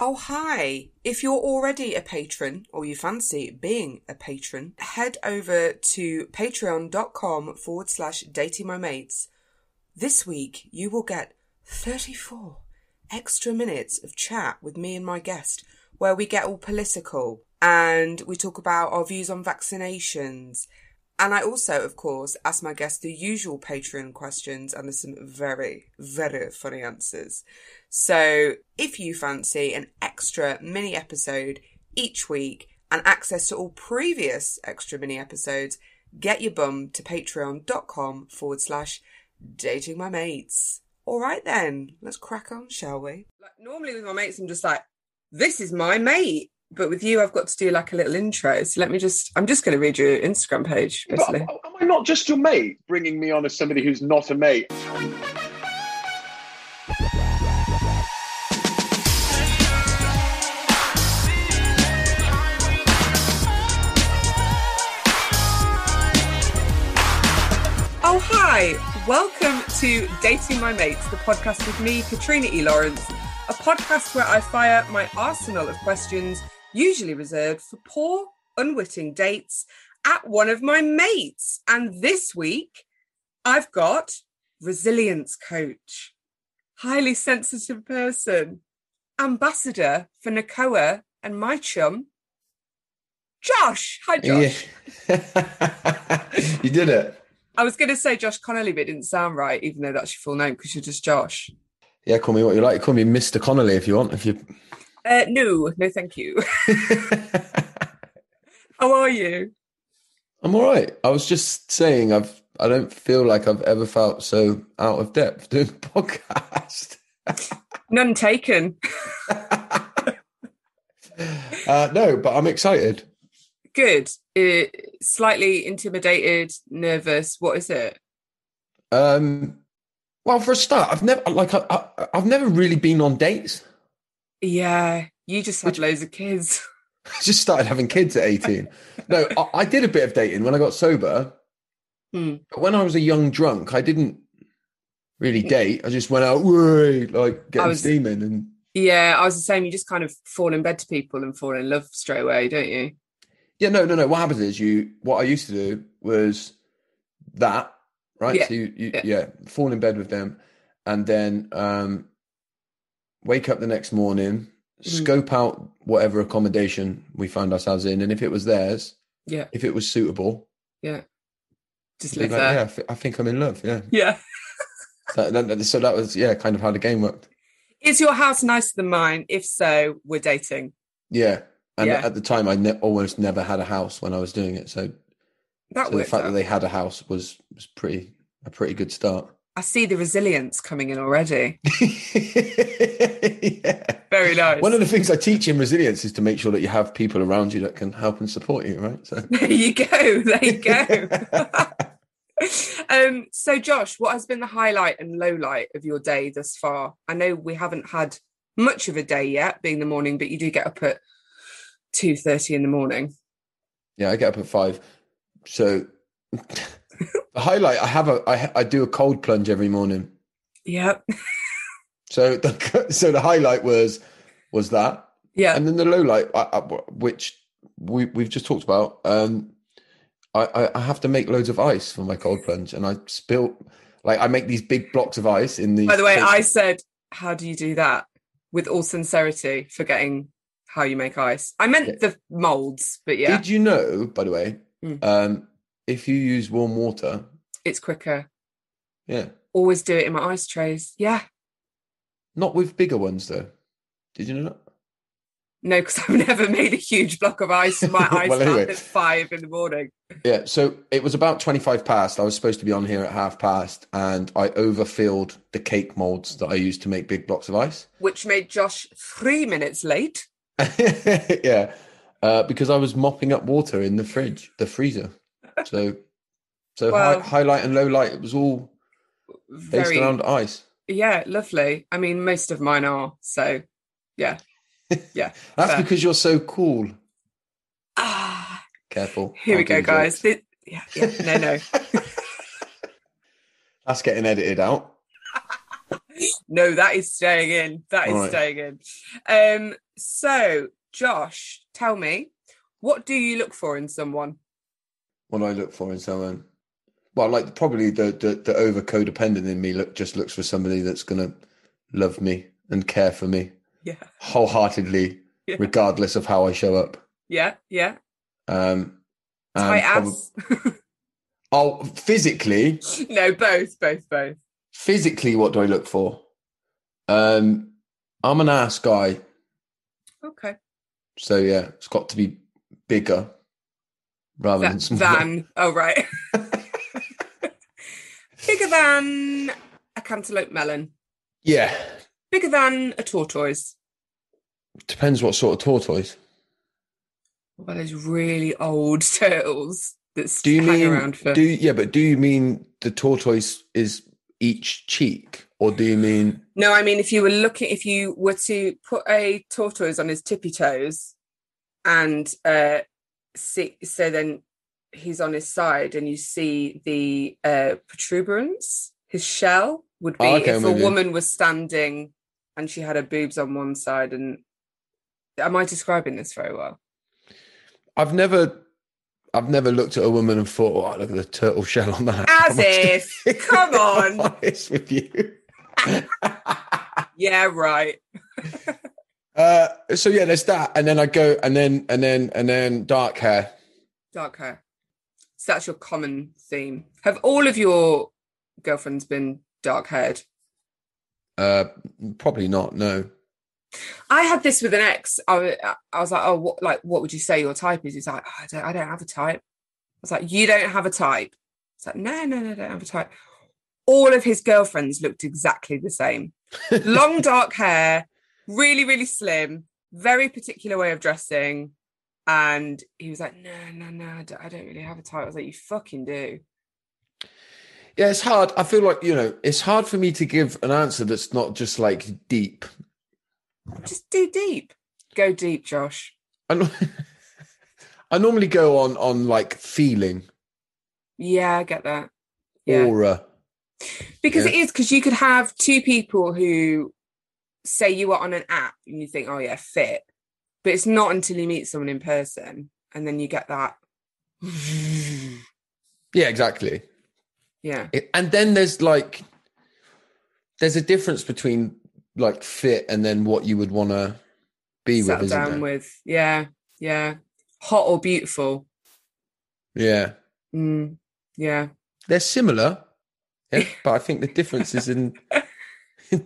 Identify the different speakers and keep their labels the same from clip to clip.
Speaker 1: Oh, hi. If you're already a patron or you fancy being a patron, head over to patreon.com forward slash dating my mates. This week, you will get 34 extra minutes of chat with me and my guest where we get all political and we talk about our views on vaccinations. And I also, of course, ask my guests the usual Patreon questions, and there's some very, very funny answers. So if you fancy an extra mini episode each week and access to all previous extra mini episodes, get your bum to patreon.com forward slash dating my mates. All right then, let's crack on, shall we? Like normally with my mates, I'm just like, this is my mate. But with you, I've got to do like a little intro. So let me just, I'm just going to read your Instagram page,
Speaker 2: But
Speaker 1: basically.
Speaker 2: am am I not just your mate bringing me on as somebody who's not a mate?
Speaker 1: Oh, hi. Welcome to Dating My Mates, the podcast with me, Katrina E. Lawrence, a podcast where I fire my arsenal of questions, usually reserved for poor, unwitting dates, at one of my mates. And this week, I've got resilience coach, highly sensitive person, ambassador for Nakoa and my chum, Josh. Hi, Josh.
Speaker 3: Yeah. you did it.
Speaker 1: I was going to say Josh Connolly, but it didn't sound right, even though that's your full name because you're just Josh.
Speaker 3: Yeah, call me what you like. Call me Mr. Connolly if you want. If you.
Speaker 1: Uh, no, no, thank you. How are you?
Speaker 3: I'm all right. I was just saying, I've I don't feel like I've ever felt so out of depth doing a podcast.
Speaker 1: None taken.
Speaker 3: uh, no, but I'm excited.
Speaker 1: Good. Uh, slightly intimidated, nervous. What is it?
Speaker 3: Um, well, for a start, I've never like I, I, I've never really been on dates.
Speaker 1: Yeah, you just had loads of kids.
Speaker 3: I just started having kids at 18. No, I, I did a bit of dating when I got sober.
Speaker 1: Hmm.
Speaker 3: But when I was a young drunk, I didn't really date. I just went out, "Whoa," like getting
Speaker 1: was-
Speaker 3: steaming. And
Speaker 1: Yeah, I was the same. You just kind of fall in bed to people and fall in love straight away, don't you?
Speaker 3: yeah, no, no, no. What happens is you, what I used to do was that, right?
Speaker 1: Yeah.
Speaker 3: So you, you
Speaker 1: Yeah.
Speaker 3: yeah. fall in bed with them and then um, wake up the next morning,
Speaker 1: Mhm.
Speaker 3: scope out whatever accommodation we find ourselves in. And if it was theirs,
Speaker 1: Yeah.
Speaker 3: if it was suitable,
Speaker 1: Just
Speaker 3: be
Speaker 1: live
Speaker 3: like,
Speaker 1: there.
Speaker 3: yeah, I, thi- I think I'm in love. Yeah.
Speaker 1: yeah.
Speaker 3: That- that- that- so that was yeah, kind of how the game worked.
Speaker 1: Is your house nicer than mine? If so, we're dating.
Speaker 3: Yeah, and
Speaker 1: Yeah.
Speaker 3: at the time, I ne- almost never had a house when I was doing it. So,
Speaker 1: That
Speaker 3: so the
Speaker 1: works.
Speaker 3: fact that
Speaker 1: out.
Speaker 3: they had a house was was pretty a pretty good start.
Speaker 1: I see the resilience coming in already.
Speaker 3: yeah.
Speaker 1: Very nice.
Speaker 3: One of the things I teach in resilience is to make sure that you have people around you that can help and support you. Right. So
Speaker 1: There you go. There you go. um, so, Josh, what has been the highlight and low light of your day thus far? I know we haven't had much of a day yet, being the morning, but you do get up at two thirty in the morning.
Speaker 3: yeah, I get up at five. So the highlight I have a I I do a cold plunge every morning.
Speaker 1: Yep.
Speaker 3: So the so the highlight was was that.
Speaker 1: Yeah.
Speaker 3: and then the low light, I, I, which we we've just talked about. Um, I, I I have to make loads of ice for my cold plunge, and I spill like I make these big blocks of ice in these.
Speaker 1: By the way,
Speaker 3: big-
Speaker 1: I said, "How do you do that?" With all sincerity, forgetting how you make ice. I meant the molds, but yeah,
Speaker 3: did you know? By the way,
Speaker 1: Mm.
Speaker 3: um, if you use warm water,
Speaker 1: it's quicker.
Speaker 3: yeah,
Speaker 1: Always do it in my ice trays. Yeah.
Speaker 3: not with bigger ones though. Did you know that?
Speaker 1: No, because I've never made a huge block of ice in my ice
Speaker 3: Well,
Speaker 1: bath
Speaker 3: anyway.
Speaker 1: at five in the morning.
Speaker 3: Yeah, so it was about 25 past. I was supposed to be on here at half past, and I overfilled the cake molds that I used to make big blocks of ice.
Speaker 1: which made Josh three minutes late.
Speaker 3: yeah, uh, because I was mopping up water in the fridge, the freezer. So, so
Speaker 1: Wow.
Speaker 3: high, highlight and low light. It was all based
Speaker 1: Very,
Speaker 3: around ice.
Speaker 1: yeah, lovely. I mean, most of mine are. So,
Speaker 3: That's
Speaker 1: Fair.
Speaker 3: because you're so cool.
Speaker 1: ah,
Speaker 3: Careful.
Speaker 1: here we
Speaker 3: I'll do
Speaker 1: go,
Speaker 3: the
Speaker 1: guys.
Speaker 3: jokes.
Speaker 1: Thi- yeah, yeah, no, no.
Speaker 3: That's getting edited out.
Speaker 1: No, that is staying in. That is
Speaker 3: All right.
Speaker 1: staying in. Um, so, Josh, tell me, what do you look for in someone?
Speaker 3: What do I look for in someone? Well, like probably the the, the over codependent in me look just looks for somebody that's gonna love me and care for me
Speaker 1: Yeah,
Speaker 3: wholeheartedly,
Speaker 1: Yeah.
Speaker 3: regardless of how I show up.
Speaker 1: yeah, yeah.
Speaker 3: Um, and
Speaker 1: Tight
Speaker 3: prob-
Speaker 1: ass.
Speaker 3: oh, physically,
Speaker 1: no, both, both, both.
Speaker 3: physically, what do I look for? Um, I'm an ass guy,
Speaker 1: Okay.
Speaker 3: so yeah, it's got to be bigger rather than
Speaker 1: That,
Speaker 3: smaller.
Speaker 1: than. Oh, right. Bigger than a cantaloupe melon.
Speaker 3: Yeah,
Speaker 1: Bigger than a tortoise.
Speaker 3: depends what sort of tortoise.
Speaker 1: Well, those really old turtles that
Speaker 3: Do you
Speaker 1: hang
Speaker 3: mean
Speaker 1: around for.
Speaker 3: do yeah? But do you mean the tortoise is each cheek, or do you mean
Speaker 1: No, I mean if you were looking, if you were to put a tortoise on his tippy toes, and uh, see, so then he's on his side, and you see the uh, protuberance, his shell would be
Speaker 3: Oh, okay,
Speaker 1: if
Speaker 3: I'm
Speaker 1: a
Speaker 3: with you.
Speaker 1: woman was standing and she had her boobs on one side, and am I describing this very well?
Speaker 3: I've never. I've never looked at a woman and thought, oh, look at the turtle shell on that.
Speaker 1: As
Speaker 3: Am I still-
Speaker 1: if, come on.
Speaker 3: honest with you.
Speaker 1: yeah, right.
Speaker 3: uh, so yeah, there's that, and then I go, and then and then and then dark hair.
Speaker 1: Dark hair. So that's your common theme. Have all of your girlfriends been dark haired?
Speaker 3: Uh, probably not. No.
Speaker 1: I had this with an ex. I, wa- I was like, oh, what, like, what would you say your type is? He's like, oh, I don't, I don't have a type. I was like, you don't have a type. It's like, no, no, no, I don't have a type. All of his girlfriends looked exactly the same. Long dark hair, really, really slim, very particular way of dressing. And he was like, no, no, no, I don't, I don't really have a type. I was like, you fucking do.
Speaker 3: Yeah, it's hard. I feel like you know, it's hard for me to give an answer that's not just like deep.
Speaker 1: Just do deep. Go deep, Josh.
Speaker 3: I, nor- I normally go on on like feeling,
Speaker 1: Yeah, I get that. Yeah.
Speaker 3: aura.
Speaker 1: because
Speaker 3: Yeah.
Speaker 1: it is because you could have two people who say you are on an app and you think oh yeah fit but it's not until you meet someone in person and then you get that
Speaker 3: Yeah, exactly.
Speaker 1: yeah
Speaker 3: It- and then there's like, there's a difference between like fit and then what you would want to be with,
Speaker 1: settle
Speaker 3: isn't
Speaker 1: down
Speaker 3: there?
Speaker 1: with yeah yeah hot or beautiful
Speaker 3: Yeah,
Speaker 1: mm, yeah
Speaker 3: they're similar, yeah, but I think the difference is in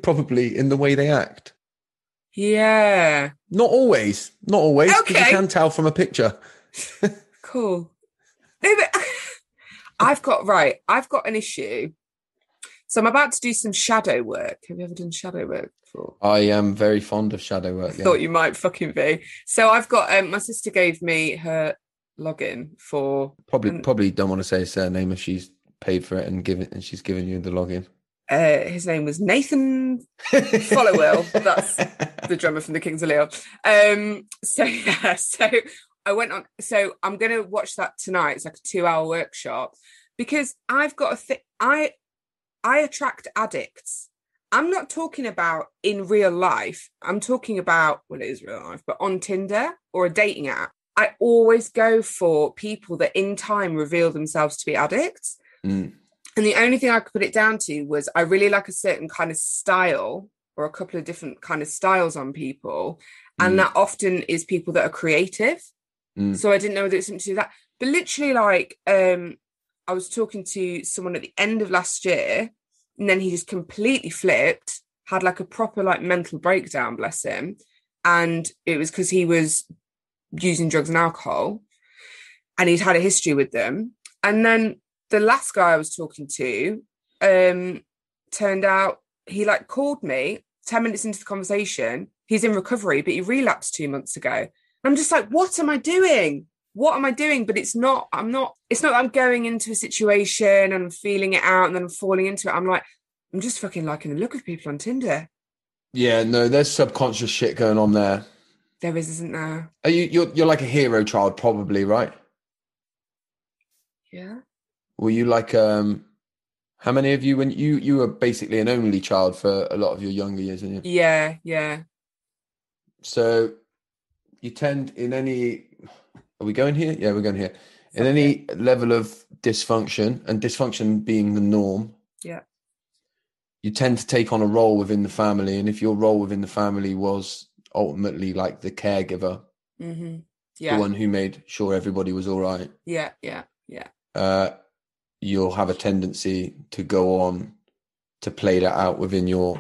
Speaker 3: probably in the way they act.
Speaker 1: yeah
Speaker 3: Not always, not always, 'cause
Speaker 1: Okay.
Speaker 3: you can tell from a picture.
Speaker 1: cool No, but- i've got right i've got an issue so i'm about to do some shadow work have you ever done shadow work before
Speaker 3: I am very fond of shadow
Speaker 1: I
Speaker 3: work. yeah.
Speaker 1: thought you might fucking be. So I've got um, my sister gave me her login for
Speaker 3: Probably,
Speaker 1: And-
Speaker 3: probably don't want to say his surname if she's paid for it and given and she's given you the login.
Speaker 1: uh, his name was Nathan, Follow Will, that's- the drummer from the Kings of Leon. Um, so yeah, so I went on. So I'm gonna watch that tonight. It's like a two hour workshop because I've got a thing. I I attract addicts. I'm not talking about in real life. I'm talking about well, it is real life, but on Tinder or a dating app. I always go for people that in time reveal themselves to be addicts.
Speaker 3: Mm.
Speaker 1: And the only thing I could put it down to was I really like a certain kind of style or a couple of different kind of styles on people. And
Speaker 3: Mm.
Speaker 1: that often is people that are creative.
Speaker 3: Mm.
Speaker 1: So I didn't know whether it's something to do with that. But literally, like, um, I was talking to someone at the end of last year, and then he just completely flipped, had like a proper like mental breakdown, bless him. And it was because he was using drugs and alcohol, and he'd had a history with them. And then the last guy I was talking to um turned out he like called me 10 minutes into the conversation he's in recovery but he relapsed two months ago and i'm just like what am i doing what am i doing but it's not i'm not it's not that i'm going into a situation and i'm feeling it out and then i'm falling into it i'm like i'm just fucking liking the look of people on tinder
Speaker 3: Yeah, no, there's subconscious shit going on there.
Speaker 1: there is isn't there
Speaker 3: Are you you're you're like a hero child, probably, right?
Speaker 1: yeah
Speaker 3: Were you like um How many of you when you you were basically an only child for a lot of your younger years, and you?
Speaker 1: Yeah, yeah.
Speaker 3: So you tend in any are we going here? Yeah, we're going here. In any level of dysfunction and dysfunction being the norm.
Speaker 1: Yeah.
Speaker 3: You tend to take on a role within the family and if your role within the family was ultimately like the caregiver,
Speaker 1: Mm-hmm. Yeah,
Speaker 3: the one who made sure everybody was all right,
Speaker 1: yeah, yeah.
Speaker 3: uh you'll have a tendency to go on to play that out within your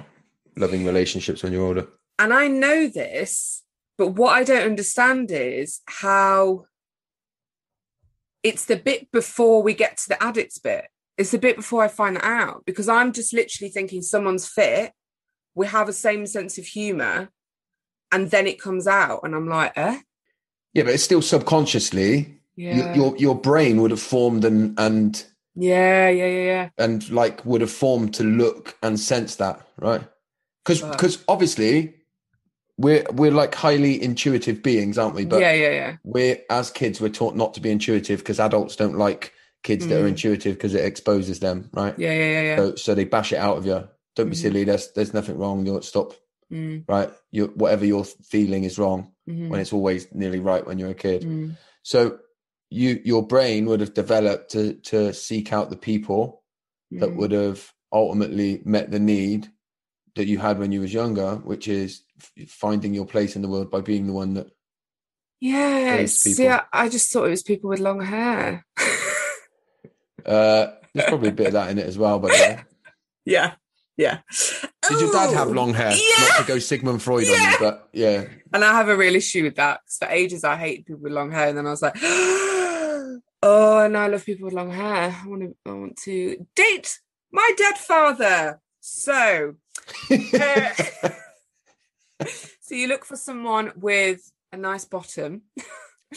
Speaker 3: loving relationships when you're older.
Speaker 1: And I know this, but what I don't understand is how it's the bit before we get to the addicts bit. It's the bit before I find that out because I'm just literally thinking someone's fit, we have the same sense of humor, and then it comes out, and I'm like, eh?
Speaker 3: Yeah, but it's still subconsciously
Speaker 1: Yeah.
Speaker 3: your, your your brain would have formed and and
Speaker 1: yeah, yeah, yeah, yeah.
Speaker 3: and like would have formed to look and sense that, right? Because
Speaker 1: Right.
Speaker 3: because obviously we're we're like highly intuitive beings, aren't we? But
Speaker 1: yeah, yeah, yeah.
Speaker 3: we're as kids we're taught not to be intuitive because adults don't like kids that are
Speaker 1: Mm.
Speaker 3: intuitive because it exposes them, right?
Speaker 1: Yeah, yeah, yeah, yeah.
Speaker 3: So, so they bash it out of you. Don't be
Speaker 1: Mhm.
Speaker 3: silly. There's there's nothing wrong. You're stop
Speaker 1: Mm,
Speaker 3: right. You whatever you're feeling is wrong
Speaker 1: mhm,
Speaker 3: when it's always nearly right when you're a kid.
Speaker 1: mm,
Speaker 3: So you your brain would have developed to to seek out the people that
Speaker 1: mm.
Speaker 3: would have ultimately met the need that you had when you was younger, which is f- finding your place in the world by being the one that.
Speaker 1: Yeah,
Speaker 3: those
Speaker 1: it's-
Speaker 3: people.
Speaker 1: yeah. I just thought it was people with long hair.
Speaker 3: Uh, there's probably a bit of that in it as well. But yeah.
Speaker 1: Yeah, yeah.
Speaker 3: did your dad have
Speaker 1: Oh,
Speaker 3: long hair?
Speaker 1: Yeah.
Speaker 3: Not to go Sigmund Freud on
Speaker 1: Yeah.
Speaker 3: you, but yeah,
Speaker 1: And I have a real issue with that because for ages I hated people with long hair, and then I was like, oh, and I love people with long hair. I want to, I want to date my dead father. So, uh, so you look for someone with a nice bottom,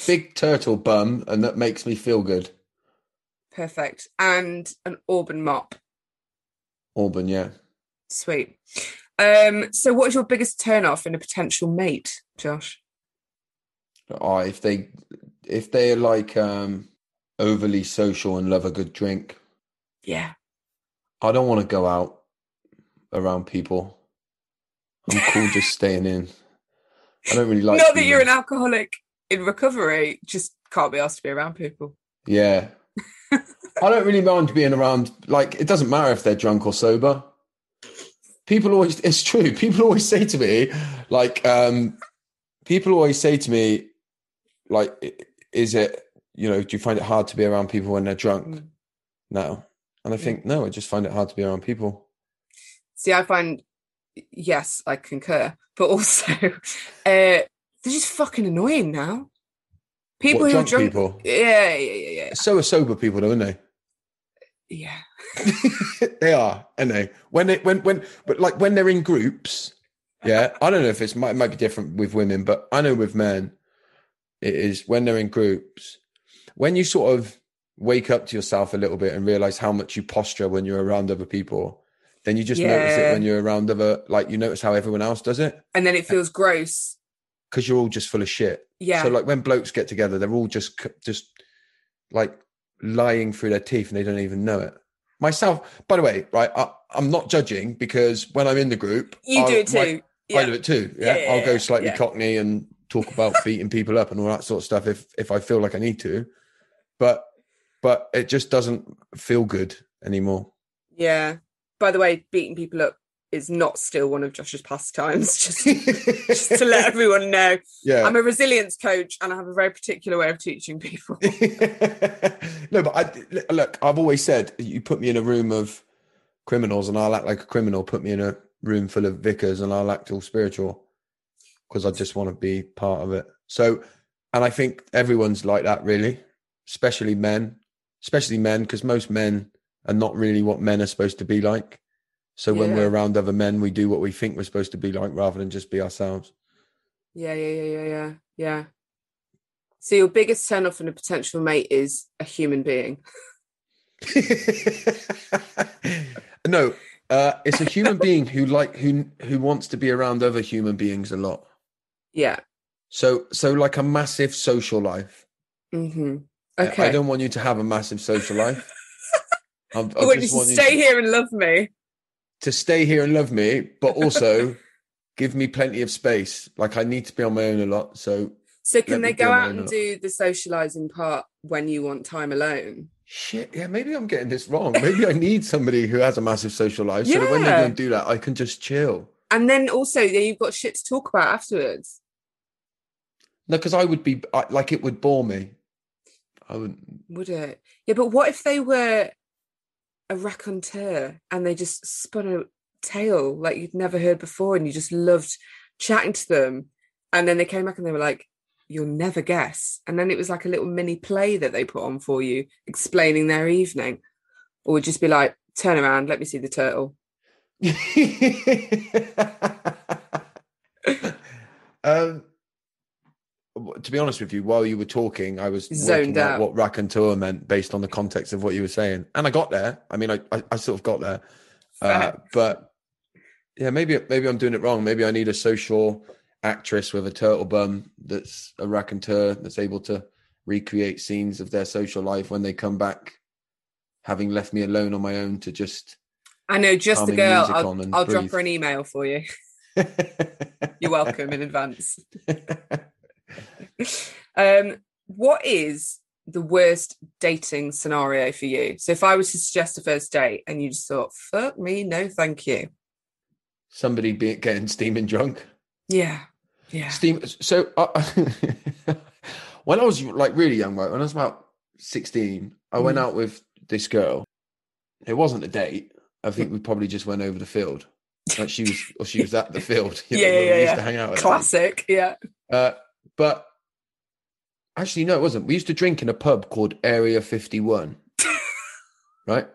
Speaker 3: big turtle bum, and that makes me feel good.
Speaker 1: perfect, and an auburn mop.
Speaker 3: Auburn, yeah.
Speaker 1: Sweet. Um, so what is your biggest turn off in a potential mate, Josh?
Speaker 3: Oh, if they if they're like um overly social and love a good drink,
Speaker 1: Yeah.
Speaker 3: I don't want to go out around people. I'm cool just staying in. I don't really like.
Speaker 1: Not that
Speaker 3: being-
Speaker 1: you're an alcoholic in recovery, just can't be asked to be around people.
Speaker 3: Yeah. I don't really mind being around. Like, it doesn't matter if they're drunk or sober. People always, it's true. People always say to me, like, um, people always say to me, like, i- is it, you know, do you find it hard to be around people when they're drunk?
Speaker 1: Mm.
Speaker 3: No. And I think, no, I just find it hard to be around people.
Speaker 1: See, I find yes, I concur, but also uh, they're just fucking annoying now. People
Speaker 3: What,
Speaker 1: who
Speaker 3: drunk
Speaker 1: are drunk,
Speaker 3: people.
Speaker 1: yeah, yeah, yeah, yeah,
Speaker 3: So are sober people, though, aren't they?
Speaker 1: yeah.
Speaker 3: they are, and they when they when when but like when they're in groups. Yeah, I don't know if it's might might be different with women, but I know with men, it is when they're in groups. When you sort of wake up to yourself a little bit and realize how much you posture when you're around other people, then you just notice it
Speaker 1: Yeah.
Speaker 3: when you're around other. Like you notice how everyone else does it
Speaker 1: And then it feels gross.
Speaker 3: because you're all just full of shit.
Speaker 1: Yeah,
Speaker 3: So like when blokes get together, they're all just c- just like lying through their teeth and they don't even know it. Myself, by the way, right? I, I'm not judging because when I'm in the group,
Speaker 1: you
Speaker 3: I-
Speaker 1: do it too.
Speaker 3: my-
Speaker 1: yeah.
Speaker 3: I do it too.
Speaker 1: Yeah,
Speaker 3: Yeah,
Speaker 1: yeah,
Speaker 3: I'll go
Speaker 1: yeah,
Speaker 3: slightly
Speaker 1: yeah.
Speaker 3: cockney and talk about beating people up and all that sort of stuff if if I feel like I need to, but but it just doesn't feel good anymore.
Speaker 1: yeah. By the way, beating people up is not still one of Josh's pastimes. Just just to let everyone know.
Speaker 3: yeah,
Speaker 1: I'm a resilience coach and I have a very particular way of teaching people.
Speaker 3: no, but I look. I've always said you put me in a room of criminals, and I'll act like a criminal. Put me in a room full of vicars, and I'll act all spiritual because I just want to be part of it. So, and I think everyone's like that, really, especially men, especially men, because most men are not really what men are supposed to be like. So when
Speaker 1: Yeah.
Speaker 3: we're around other men, we do what we think we're supposed to be like, rather than just be ourselves.
Speaker 1: Yeah, yeah, yeah, yeah, yeah, yeah. So your biggest turn off in a potential mate is a human being.
Speaker 3: no, uh, it's a human being who like who who wants to be around other human beings a lot.
Speaker 1: Yeah.
Speaker 3: So so like a massive social life.
Speaker 1: Mm-hmm.
Speaker 3: I-
Speaker 1: Okay.
Speaker 3: I don't want you to have a massive social life. I, I
Speaker 1: I want you
Speaker 3: just
Speaker 1: to
Speaker 3: want you
Speaker 1: stay here and love me.
Speaker 3: to stay here and love me, but also give me plenty of space. Like I need to be on my own a lot. So
Speaker 1: So can
Speaker 3: Let me
Speaker 1: they go
Speaker 3: go
Speaker 1: out
Speaker 3: alone
Speaker 1: and
Speaker 3: a
Speaker 1: do the socialising part when you want time alone?
Speaker 3: shit, yeah, maybe I'm getting this wrong. Maybe I need somebody who has a massive social life. So that when they go
Speaker 1: Yeah.
Speaker 3: and do that, I can just chill.
Speaker 1: And then also, yeah, you've got shit to talk about afterwards.
Speaker 3: No, because I would be I, like it would bore me. I wouldn't.
Speaker 1: Would it? Yeah, but what if they were a raconteur and they just spun a tale like you'd never heard before and you just loved chatting to them? And then they came back and they were like, You'll never guess. And then it was like a little mini play that they put on for you explaining their evening. Or would just be like, Turn around, let me see the turtle.
Speaker 3: um, w- to be honest with you, while you were talking, I was
Speaker 1: Zoned
Speaker 3: working out
Speaker 1: out.
Speaker 3: what raconteur meant based on the context of what you were saying, and I got there. I mean, I I, I sort of got there, uh, but yeah, maybe maybe I'm doing it wrong. Maybe I need a social actress with a turtle bum that's a raconteur that's able to recreate scenes of their social life when they come back, having left me alone on my own to just
Speaker 1: I know just the
Speaker 3: calming
Speaker 1: girl.
Speaker 3: music
Speaker 1: I'll,
Speaker 3: on and
Speaker 1: I'll drop
Speaker 3: breathe.
Speaker 1: her an email for you. You're welcome in advance. um, what is the worst dating scenario for you? So if I was to suggest a first date and you just thought, fuck me, no, thank you.
Speaker 3: Somebody be, getting steaming drunk.
Speaker 1: Yeah. Yeah.
Speaker 3: Steam. So uh, when I was like really young, right, when I was about sixteen, I went
Speaker 1: Mm.
Speaker 3: out with this girl. It wasn't a date. I think we probably just went over the field. Like she was, or she was at the field. you know,
Speaker 1: Yeah,
Speaker 3: when
Speaker 1: yeah,
Speaker 3: we used
Speaker 1: yeah.
Speaker 3: to hang out. at
Speaker 1: Classic. Yeah.
Speaker 3: that. Uh, but actually, no, it wasn't. We used to drink in a pub called Area Fifty One, right?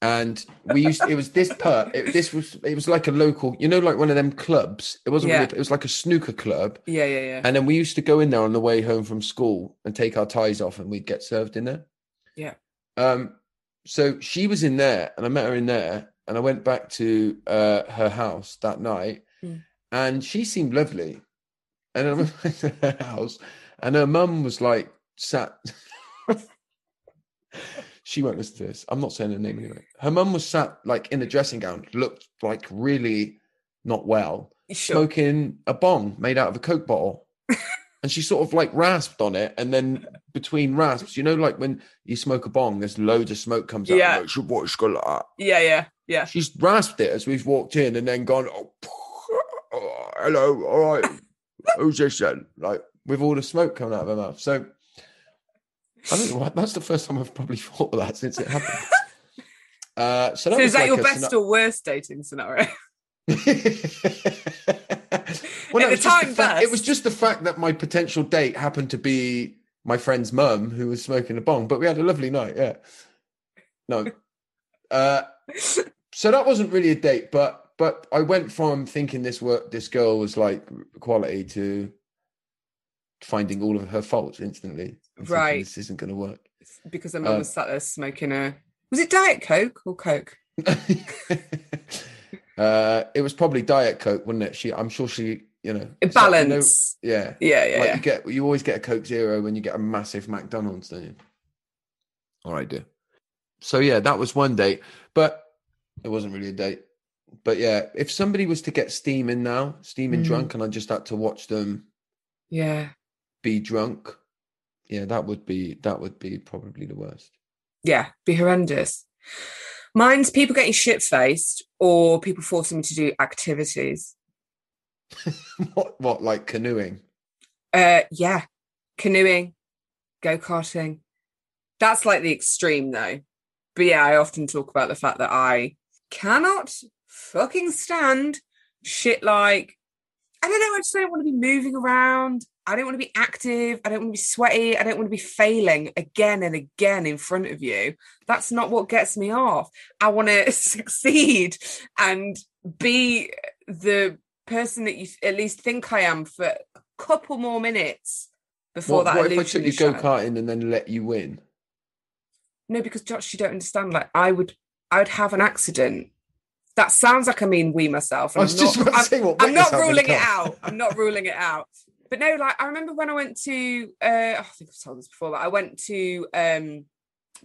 Speaker 3: And we used. It was this pub. It, this was. It was like a local. You know, like one of them clubs. It wasn't.
Speaker 1: Yeah.
Speaker 3: Really, it was like a snooker club.
Speaker 1: Yeah. Yeah. Yeah.
Speaker 3: And then we used to go in there on the way home from school and take our ties off and we'd get served in there.
Speaker 1: Yeah.
Speaker 3: Um, so she was in there and I met her in there and I went back to uh, her house that night
Speaker 1: Mm.
Speaker 3: and she seemed lovely. And I went to her house and her mum was like sat. she won't listen to this. I'm not saying her name anyway. Her mum was sat like in a dressing gown, looked like really not well
Speaker 1: Sure.
Speaker 3: smoking a bong made out of a coke bottle and she sort of like rasped on it and then between rasps you know like when you smoke a bong there's loads of smoke comes out
Speaker 1: Yeah.
Speaker 3: like, "Should watch go like that."
Speaker 1: Yeah. Yeah. Yeah.
Speaker 3: she's rasped it as we've walked in and then gone oh, oh, hello all right who's this then like with all the smoke coming out of her mouth so i don't know why- that's the first time i've probably thought of that since it happened uh so, that
Speaker 1: So
Speaker 3: was
Speaker 1: is that
Speaker 3: like
Speaker 1: your
Speaker 3: a
Speaker 1: best
Speaker 3: syna-
Speaker 1: or worst dating scenario?
Speaker 3: well, no,
Speaker 1: At
Speaker 3: it was
Speaker 1: the
Speaker 3: just
Speaker 1: time,
Speaker 3: fact- it was
Speaker 1: best.
Speaker 3: just the fact that my potential date happened to be my friend's mum who was smoking a bong, but we had a lovely night. Yeah, no, uh, so that wasn't really a date, but but I went from thinking this work this girl was like quality to finding all of her faults instantly. and thinking,
Speaker 1: Right.
Speaker 3: this isn't going to work.
Speaker 1: because her mum
Speaker 3: Um,
Speaker 1: was sat there smoking a was it Diet Coke or Coke?
Speaker 3: uh, it was probably diet coke, wasn't it? She, I'm sure she, you know, it's like, you know-
Speaker 1: Balance.
Speaker 3: yeah.
Speaker 1: yeah, yeah,
Speaker 3: like
Speaker 1: yeah.
Speaker 3: you get you always get a Coke Zero when you get a massive McDonald's, don't you?
Speaker 1: Oh,
Speaker 3: All right, dear. So yeah, that was one date, but it wasn't really a date. But yeah, if somebody was to get steaming now, steaming
Speaker 1: Mm.
Speaker 3: drunk, and I just had to watch them
Speaker 1: Yeah.
Speaker 3: be drunk, yeah, that would be that would be probably the worst.
Speaker 1: yeah, be horrendous. Mine's people getting shit faced or people forcing me to do activities.
Speaker 3: what what like canoeing?
Speaker 1: Uh yeah. Canoeing, go karting. That's like the extreme though. But yeah, I often talk about the fact that I cannot fucking stand shit like I don't know, I just don't want to be moving around. I don't want to be active. I don't want to be sweaty. I don't want to be failing again and again in front of you. That's not what gets me off. I want to succeed and be the person that you at least think I am for a couple more minutes before
Speaker 3: What,
Speaker 1: that
Speaker 3: what if I
Speaker 1: illusion
Speaker 3: took you
Speaker 1: is
Speaker 3: go
Speaker 1: shattered.
Speaker 3: karting and then let you win?
Speaker 1: No, because Josh, you don't understand. Like I would, I would have an accident. That sounds like I mean we myself.
Speaker 3: I
Speaker 1: and
Speaker 3: was
Speaker 1: I'm
Speaker 3: just
Speaker 1: not-
Speaker 3: about to
Speaker 1: I'm-
Speaker 3: say what
Speaker 1: I'm
Speaker 3: witness
Speaker 1: not
Speaker 3: happened,
Speaker 1: ruling it
Speaker 3: Carl.
Speaker 1: out. I'm not ruling it out. But no, like I remember when I went oh, to uh I think I've told this before, but I went to um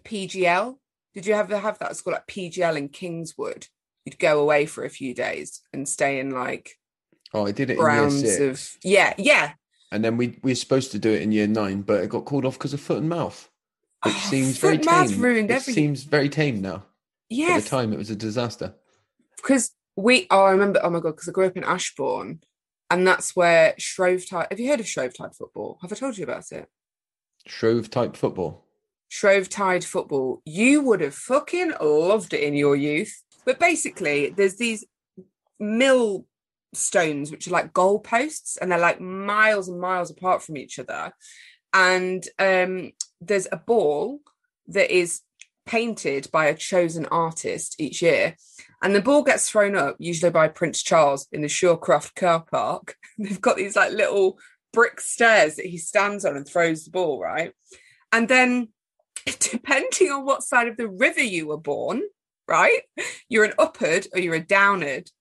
Speaker 1: PGL Did you ever have that at school, like PGL in Kingswood? You'd go away for a few days and stay in like
Speaker 3: Oh, I did it in year
Speaker 1: grounds
Speaker 3: six,
Speaker 1: of yeah, yeah.
Speaker 3: and then we we were supposed to do it in year nine, but it got called off because of foot and mouth, which
Speaker 1: Oh,
Speaker 3: seems
Speaker 1: foot
Speaker 3: very
Speaker 1: and mouth
Speaker 3: tame.
Speaker 1: ruined
Speaker 3: it
Speaker 1: everything.
Speaker 3: seems very tame now.
Speaker 1: Yeah,
Speaker 3: At the time, it was a disaster.
Speaker 1: because we oh I remember oh my god because I grew up in Ashbourne and that's where Shrove Tide have you heard of Shrove Tide football have I told you about it
Speaker 3: Shrove type football.
Speaker 1: Shrove Tide football you would have fucking loved it in your youth but basically there's these mill stones which are like goalposts and they're like miles and miles apart from each other and um there's a ball that is painted by a chosen artist each year. And the ball gets thrown up, usually by Prince Charles in the Shorecroft car park. They've got these like little brick stairs that he stands on and throws the ball, right? And then, depending on what side of the river you were born, right, you're an upward or you're a downward.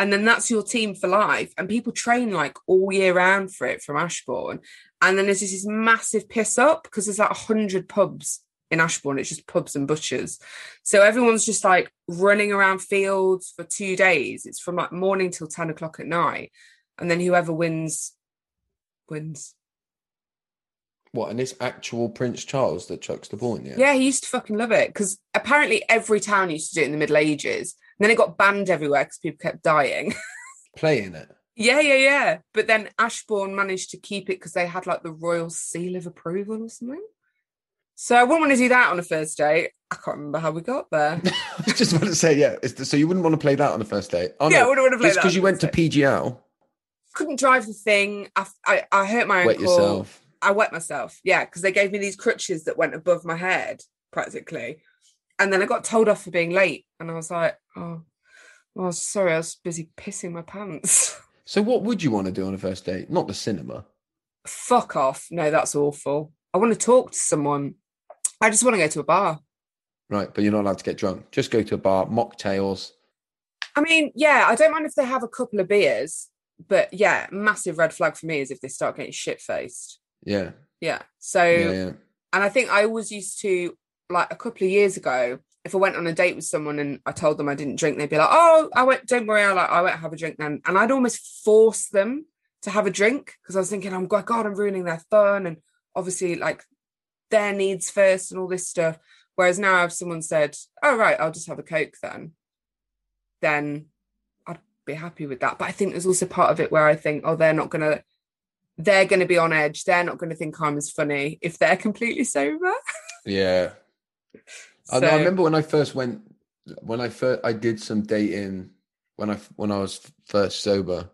Speaker 1: And then that's your team for life. And people train like all year round for it from Ashbourne. And then there's just this massive piss up because there's like 100 pubs in Ashbourne. It's just pubs and butchers. So everyone's just like running around fields for two days. It's from like morning till 10 o'clock at night. And then whoever wins, wins.
Speaker 3: What? And it's actual Prince Charles that chucks the ball in
Speaker 1: Yeah,
Speaker 3: there.
Speaker 1: he used to fucking love it because apparently every town used to do it in the Middle Ages. And then it got banned everywhere because people kept dying.
Speaker 3: playing it.
Speaker 1: yeah, yeah, yeah. But then Ashbourne managed to keep it because they had like the royal seal of approval or something. So I wouldn't want to do that on a first date. I can't remember how we got there.
Speaker 3: I was just about to say, yeah. it's the- so you wouldn't want to play that on the first date. Oh,
Speaker 1: yeah, I
Speaker 3: no,
Speaker 1: wouldn't want to play
Speaker 3: just
Speaker 1: that
Speaker 3: because
Speaker 1: on
Speaker 3: you
Speaker 1: a
Speaker 3: went
Speaker 1: first
Speaker 3: to PGL,
Speaker 1: couldn't drive the thing. I, I, I hurt my
Speaker 3: wet
Speaker 1: ankle.
Speaker 3: yourself.
Speaker 1: I wet myself. Yeah, because they gave me these crutches that went above my head practically, and then I got told off for being late, and I was like, oh, well, sorry, I was busy pissing my pants.
Speaker 3: So what would you want to do on a first date? Not the cinema.
Speaker 1: Fuck off. No, that's awful. I want to talk to someone. I just want to go to a bar.
Speaker 3: Right, but you're not allowed to get drunk. Just go to a bar, mocktails.
Speaker 1: I mean, yeah, I don't mind if they have a couple of beers, but yeah, massive red flag for me is if they start getting shit faced.
Speaker 3: Yeah,
Speaker 1: Yeah. So
Speaker 3: yeah, yeah.
Speaker 1: And I think I always used to, like a couple of years ago, if I went on a date with someone and I told them I didn't drink, they'd be like, "Oh, I won't. Don't worry, I like I won't have a drink then." And I'd almost force them to have a drink because I was thinking, "I'm God, I'm ruining their fun," and obviously, like their needs first and all this stuff. Whereas now, if someone said, "Oh, right, I'll just have a coke then," then I'd be happy with that. But I think there's also part of it where I think, "Oh, they're not gonna." They're going to be on edge. They're not going to think I'm as funny if they're completely sober.
Speaker 3: Yeah. I, know, I
Speaker 1: So-
Speaker 3: remember when I first went, when I first, I did some dating when I, f- when I was first sober,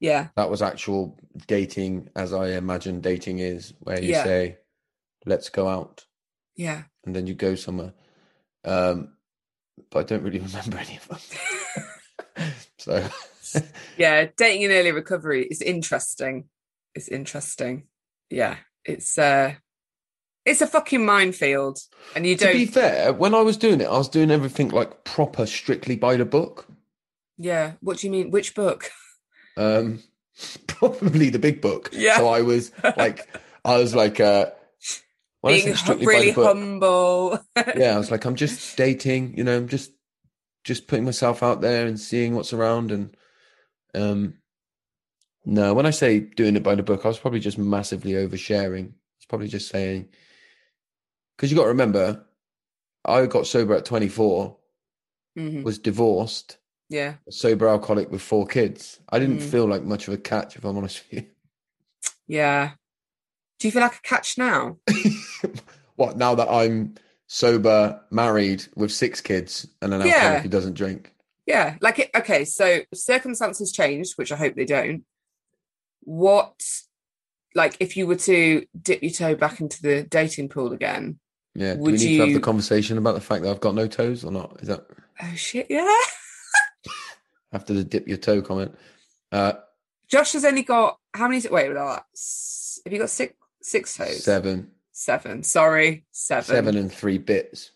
Speaker 1: yeah,
Speaker 3: that was actual dating as I imagine dating is where you
Speaker 1: Yeah.
Speaker 3: say, let's go out
Speaker 1: yeah.
Speaker 3: and then you go somewhere. Um, but I don't really remember any of them. so
Speaker 1: yeah, dating in early recovery is interesting. It's interesting. Yeah. It's uh it's a fucking minefield. And you
Speaker 3: to
Speaker 1: don't
Speaker 3: be fair, when I was doing it, I was doing everything like proper, strictly by the book.
Speaker 1: Yeah. What do you mean? Which book?
Speaker 3: Um, probably the big book.
Speaker 1: Yeah.
Speaker 3: So I was like, I was like, uh, when I
Speaker 1: Being hu-
Speaker 3: said strictly by
Speaker 1: really
Speaker 3: the book,
Speaker 1: humble.
Speaker 3: yeah, I was like, I'm just dating, you know, I'm just just putting myself out there and seeing what's around and um no, when I say doing it by the book, I was probably just massively oversharing. It's probably just saying because you got to remember, I got sober at 24,
Speaker 1: Mhm.
Speaker 3: was divorced,
Speaker 1: Yeah.
Speaker 3: a sober alcoholic with four kids. I didn't
Speaker 1: Mm.
Speaker 3: feel like much of a catch, if I'm honest with
Speaker 1: Yeah. Do you feel like a catch now?
Speaker 3: you. what now that I'm sober, married with six kids, and an
Speaker 1: Yeah.
Speaker 3: alcoholic who doesn't drink?
Speaker 1: Yeah. Like it okay, so circumstances changed, which I hope they don't. What like if you were to dip your toe back into the dating pool again,
Speaker 3: Yeah. Do we
Speaker 1: Would
Speaker 3: need to have
Speaker 1: you-
Speaker 3: the conversation about the fact that I've got no toes or not? Is that
Speaker 1: oh shit, yeah.
Speaker 3: after the dip your toe comment? Uh,
Speaker 1: Josh has only got how many? Wait, no, that's- have you got six six toes?
Speaker 3: seven,
Speaker 1: Seven. Sorry, seven.
Speaker 3: seven and three bits.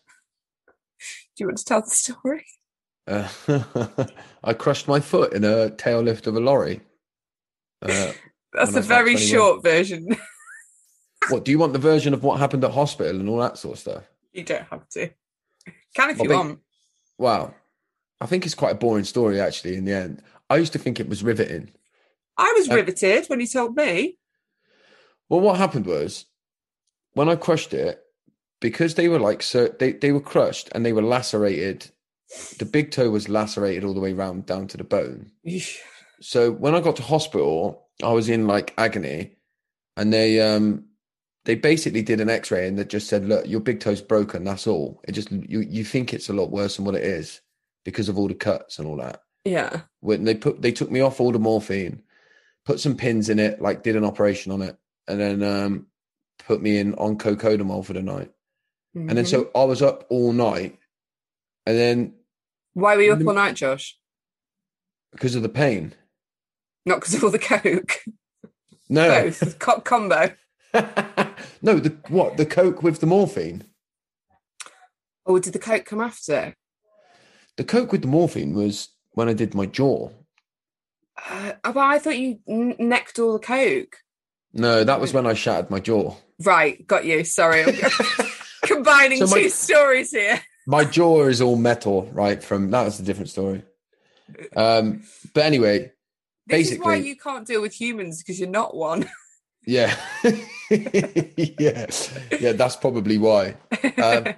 Speaker 1: Do you want to tell the story?
Speaker 3: Uh, I crushed my foot in a tail lift of a lorry. Uh,
Speaker 1: That's a
Speaker 3: When I was about
Speaker 1: very
Speaker 3: 21.
Speaker 1: short version.
Speaker 3: what do you want the version of what happened at hospital and all that sort of stuff?
Speaker 1: you don't have to. Can if you
Speaker 3: Bobby.
Speaker 1: want.
Speaker 3: Wow. I think it's quite a boring story, actually, in the end. I used to think it was riveting.
Speaker 1: I was
Speaker 3: Uh,
Speaker 1: riveted when you told me.
Speaker 3: Well, what happened was when I crushed it, because they were like, so they, they were crushed and they were lacerated. The big toe was lacerated all the way round down to the bone. So when I got to hospital, I was in like agony and they, um, they basically did an x-ray and they just said, look, your big toe's broken. That's all. It just, you, you think it's a lot worse than what it is because of all the cuts and all that.
Speaker 1: Yeah.
Speaker 3: when they put they took me off all the morphine, put some pins in it, like did an operation on it, and then um put me in on cocodamol for the night.
Speaker 1: Mm-hmm.
Speaker 3: And then so I was up all night, and then
Speaker 1: Why were you up
Speaker 3: Mm.
Speaker 1: all night, Josh?
Speaker 3: because of the pain.
Speaker 1: Not because of all the coke.
Speaker 3: No,
Speaker 1: Both. Co- combo.
Speaker 3: no, the what the coke with the morphine.
Speaker 1: Or Oh, did the coke come after?
Speaker 3: The coke with the morphine was when I did my jaw.
Speaker 1: Uh, oh, but I thought you n- necked all the coke.
Speaker 3: No, that was when I shattered my jaw.
Speaker 1: Right, got you. Sorry, I'm combining
Speaker 3: So my-
Speaker 1: two stories here.
Speaker 3: my jaw is all metal, right? From that was a different story. Um, but anyway,
Speaker 1: This is why
Speaker 3: Basically-
Speaker 1: you can't deal with humans because you're not one.
Speaker 3: Yeah. yeah. Yeah, that's probably why. Um,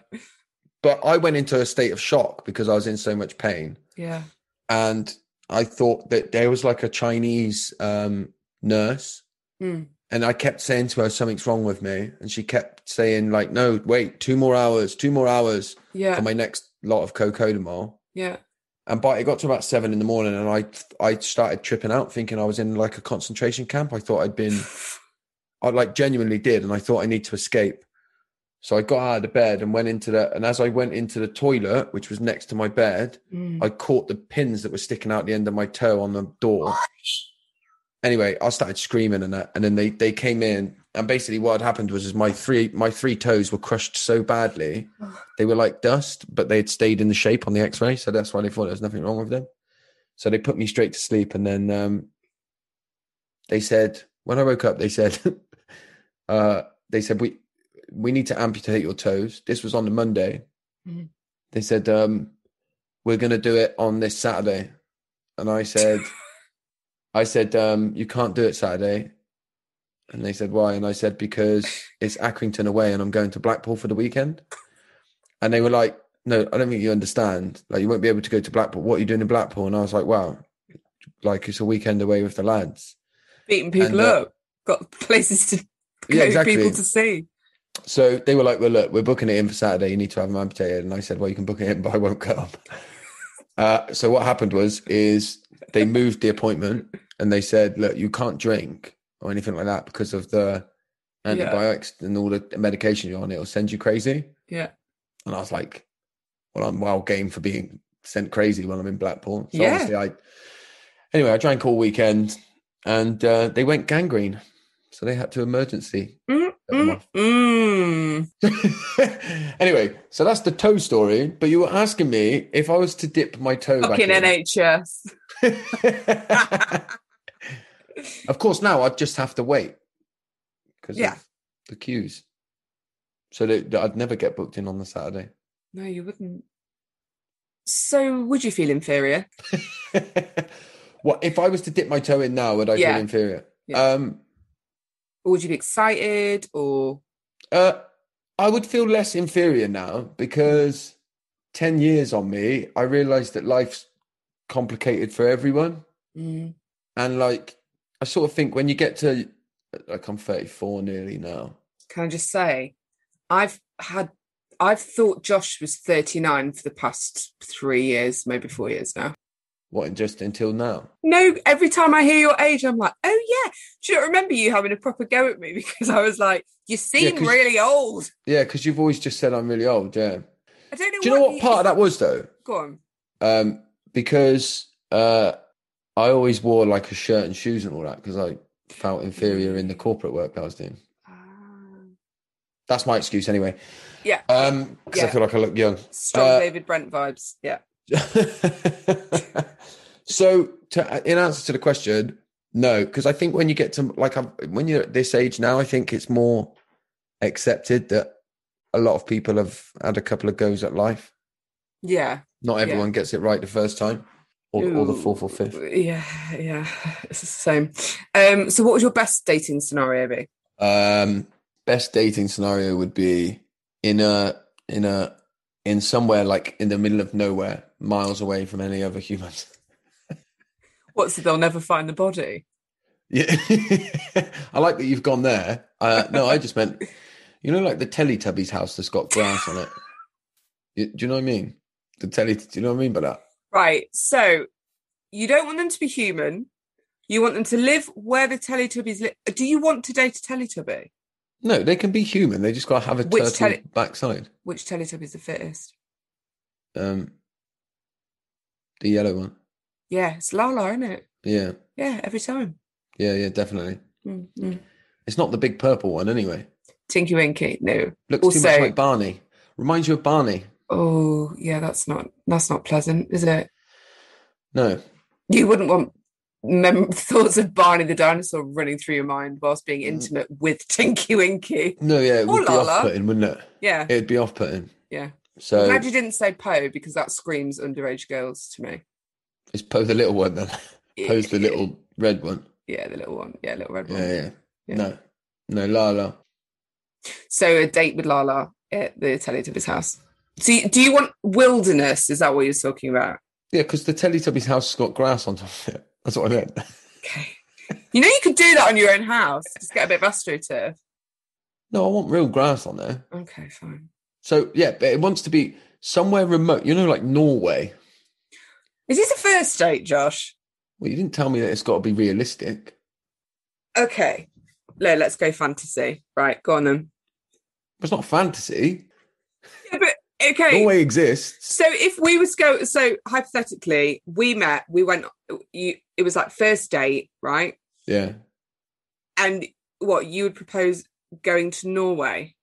Speaker 3: But I went into a state of shock because I was in so much pain.
Speaker 1: yeah.
Speaker 3: And I thought that there was like a Chinese um, nurse.
Speaker 1: Mm.
Speaker 3: And I kept saying to her, something's wrong with me. And she kept saying, like, no, wait, two more hours, two more hours
Speaker 1: Yeah.
Speaker 3: for my next lot of cocodamol.
Speaker 1: yeah.
Speaker 3: And by it got to about seven in the morning, and I I started tripping out, thinking I was in like a concentration camp. I thought I'd been, I like genuinely did, and I thought I need to escape. So I got out of the bed and went into the, and as I went into the toilet, which was next to my bed,
Speaker 1: Mm.
Speaker 3: I caught the pins that were sticking out the end of my toe on the door. Anyway, I started screaming and that, and then they they came in, and basically what had happened was is my three my three toes were crushed so badly, they were like dust, but they had stayed in the shape on the X-ray, so that's why they thought there was nothing wrong with them. So they put me straight to sleep, and then um, they said when I woke up, they said uh, they said we we need to amputate your toes. This was on the Monday.
Speaker 1: Mhm.
Speaker 3: They said um, we're going to do it on this Saturday, and I said I said um, you can't do it Saturday. And they said why? And I said because it's Accrington away, and I'm going to Blackpool for the weekend. And they were like, "No, I don't think you understand. Like, you won't be able to go to Blackpool. What are you doing in Blackpool?" And I was like, "Wow, like it's a weekend away with the lads."
Speaker 1: Beating people
Speaker 3: and, uh,
Speaker 1: up. Got places to
Speaker 3: Yeah,
Speaker 1: go,
Speaker 3: exactly.
Speaker 1: people to see.
Speaker 3: So they were like, "Well, look, we're booking it in for Saturday. You need to have them amputated." And I said, "Well, you can book it in, but I won't come." Uh, so what happened was, is they moved the appointment, and they said, "Look, you can't drink or anything like that because of the
Speaker 1: Yeah.
Speaker 3: antibiotics and all the medication you're on. It'll send you crazy."
Speaker 1: Yeah.
Speaker 3: And I was like, well, I'm wild game for being sent crazy when I'm in Blackpool. So
Speaker 1: Yeah.
Speaker 3: obviously I anyway, I drank all weekend and uh, they went gangrene. So they had to emergency.
Speaker 1: Mm,
Speaker 3: cut them
Speaker 1: mm, mm.
Speaker 3: off. anyway, so that's the toe story. But you were asking me if I was to dip my toe
Speaker 1: Fucking
Speaker 3: back
Speaker 1: NHS.
Speaker 3: in. of course, now I'd just have to wait because
Speaker 1: Yeah.
Speaker 3: of the queues. So that, that I'd never get booked in on the Saturday.
Speaker 1: No, you wouldn't. So, would you feel inferior?
Speaker 3: what if I was to dip my toe in now? Would I
Speaker 1: Yeah.
Speaker 3: feel inferior?
Speaker 1: Yeah.
Speaker 3: Um,
Speaker 1: Or would you be excited? Or
Speaker 3: uh, I would feel less inferior now because ten years on me, I realised that life's complicated for everyone,
Speaker 1: Mm,
Speaker 3: and like I sort of think when you get to like I'm 34 nearly now.
Speaker 1: can I just say, I've had, I've thought Josh was 39 for the past three years, maybe four years now.
Speaker 3: What and just until now?
Speaker 1: No, every time I hear your age, I'm like, oh yeah. Do you remember you having a proper go at me because I was like, you seem
Speaker 3: 'cause-
Speaker 1: really old.
Speaker 3: Yeah, because you've always just said I'm really old. Yeah.
Speaker 1: I don't know.
Speaker 3: Do you know what part of that was though?
Speaker 1: Go on.
Speaker 3: um, because uh, I always wore like a shirt and shoes and all that because I felt inferior in the corporate work that I was doing. Uh,
Speaker 1: Ah.
Speaker 3: That's my excuse anyway.
Speaker 1: Yeah.
Speaker 3: Um, because I
Speaker 1: Yeah.
Speaker 3: feel like I look young.
Speaker 1: Strong
Speaker 3: Uh,
Speaker 1: David Brent vibes. Yeah.
Speaker 3: so, to, in answer to the question, no, because I think when you get to like I'm, when you're at this age now, I think it's more accepted that a lot of people have had a couple of goes at life.
Speaker 1: Yeah.
Speaker 3: Not everyone gets it right the first time, or, or the
Speaker 1: Ooh.
Speaker 3: fourth or fifth.
Speaker 1: Yeah. Yeah. It's the same. Um, so, what was your best dating scenario be?
Speaker 3: Um, best dating scenario would be in a in a in somewhere like in the middle of nowhere, miles away from any other humans.
Speaker 1: What's the, they'll never find the body?
Speaker 3: Yeah, I like that you've gone there. Uh, no, I just meant, you know, like the Teletubbies house that's got grass on it. Y- Do you know what I mean? The Telly, do you know what I mean by that?
Speaker 1: Right. So, you don't want them to be human. You want them to live where the Teletubbies live. Do you want to date a Teletubby?
Speaker 3: No, they can be human. They just got to have a
Speaker 1: Which
Speaker 3: turtle
Speaker 1: Telly-
Speaker 3: backside.
Speaker 1: Which Teletubby's the fittest?
Speaker 3: Um, the yellow one.
Speaker 1: Yeah, it's Lala, isn't it?
Speaker 3: Yeah,
Speaker 1: Yeah, every time.
Speaker 3: yeah, yeah, definitely.
Speaker 1: mm
Speaker 3: Mm-hmm.
Speaker 1: mm.
Speaker 3: It's not the big purple one anyway.
Speaker 1: Tinky Winky. No.
Speaker 3: Looks too much
Speaker 1: Also-
Speaker 3: like Barney. Reminds you of Barney.
Speaker 1: Oh, yeah. That's not. That's not pleasant, is it?
Speaker 3: No,
Speaker 1: You wouldn't want mem- thoughts of Barney the dinosaur running through your mind whilst
Speaker 3: Mm.
Speaker 1: being intimate with Tinky Winky.
Speaker 3: no, yeah, it
Speaker 1: Or
Speaker 3: would be
Speaker 1: Lala.
Speaker 3: off-putting, wouldn't it?
Speaker 1: Yeah.
Speaker 3: It'd be off-putting.
Speaker 1: Yeah.
Speaker 3: So
Speaker 1: I'm glad you didn't say Poe because that screams underage girls to me.
Speaker 3: it's Poe the little one then. Poe's the little red one.
Speaker 1: Yeah, the little one. Yeah, little red one.
Speaker 3: Yeah, yeah.
Speaker 1: Yeah.
Speaker 3: No, no, Lala.
Speaker 1: So a date with Lala at the Teletubbies house. So you, do you want wilderness? Is that what you're talking about?
Speaker 3: Yeah, because the Teletubbies house has got grass on top of it. That's what I meant.
Speaker 1: Okay. You know you could do that on your own house. Just get a bit of astroturf.
Speaker 3: No, I want real grass on there.
Speaker 1: Okay, fine.
Speaker 3: So yeah, but it wants to be somewhere remote. You know, like Norway.
Speaker 1: Is this a first date, Josh?
Speaker 3: Well, you didn't tell me that it's got to be realistic.
Speaker 1: Okay. No, let's go fantasy. Right, go on then.
Speaker 3: But it's not fantasy.
Speaker 1: Okay.
Speaker 3: Norway exists.
Speaker 1: So if we was go, so hypothetically, we met, we went, you, it was like first date, right?
Speaker 3: Yeah.
Speaker 1: And what you would propose going to Norway?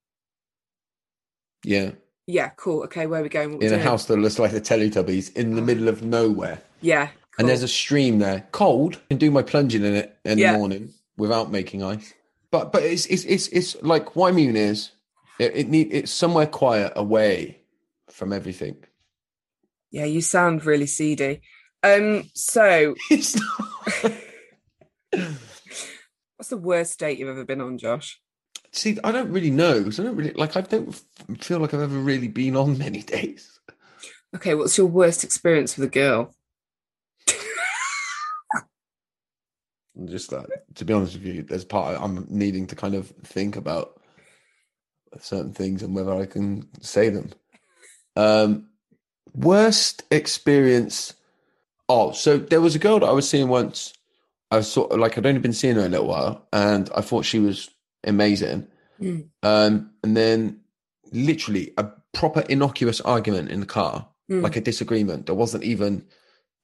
Speaker 3: Yeah,
Speaker 1: Yeah, cool. Okay, where are we going? What we
Speaker 3: in a
Speaker 1: doing?
Speaker 3: house that looks like the Teletubbies in the middle of nowhere,
Speaker 1: Yeah.
Speaker 3: and there's a stream there. Cold, I can do my plunging in it in
Speaker 1: Yeah.
Speaker 3: the morning without making ice. But but it's it's it's, it's like Wyoming is. It, it need it's somewhere quiet, away from everything.
Speaker 1: yeah. You sound really seedy. Um. So
Speaker 3: It's not.
Speaker 1: what's the worst date you've ever been on, Josh?
Speaker 3: See, I don't really know 'cause I don't really like. I don't f- feel like I've ever really been on many days.
Speaker 1: Okay, what's your worst experience with a girl?
Speaker 3: I'm just that, to be honest with you, there's part I'm needing to kind of think about certain things and whether I can say them. Um, worst experience. Oh, so there was a girl that I was seeing once. I was sort of like I'd only been seeing her a little while, and I thought she was amazing.
Speaker 1: Mm.
Speaker 3: Um, and then literally a proper innocuous argument in the car,
Speaker 1: Mm.
Speaker 3: like a disagreement that wasn't even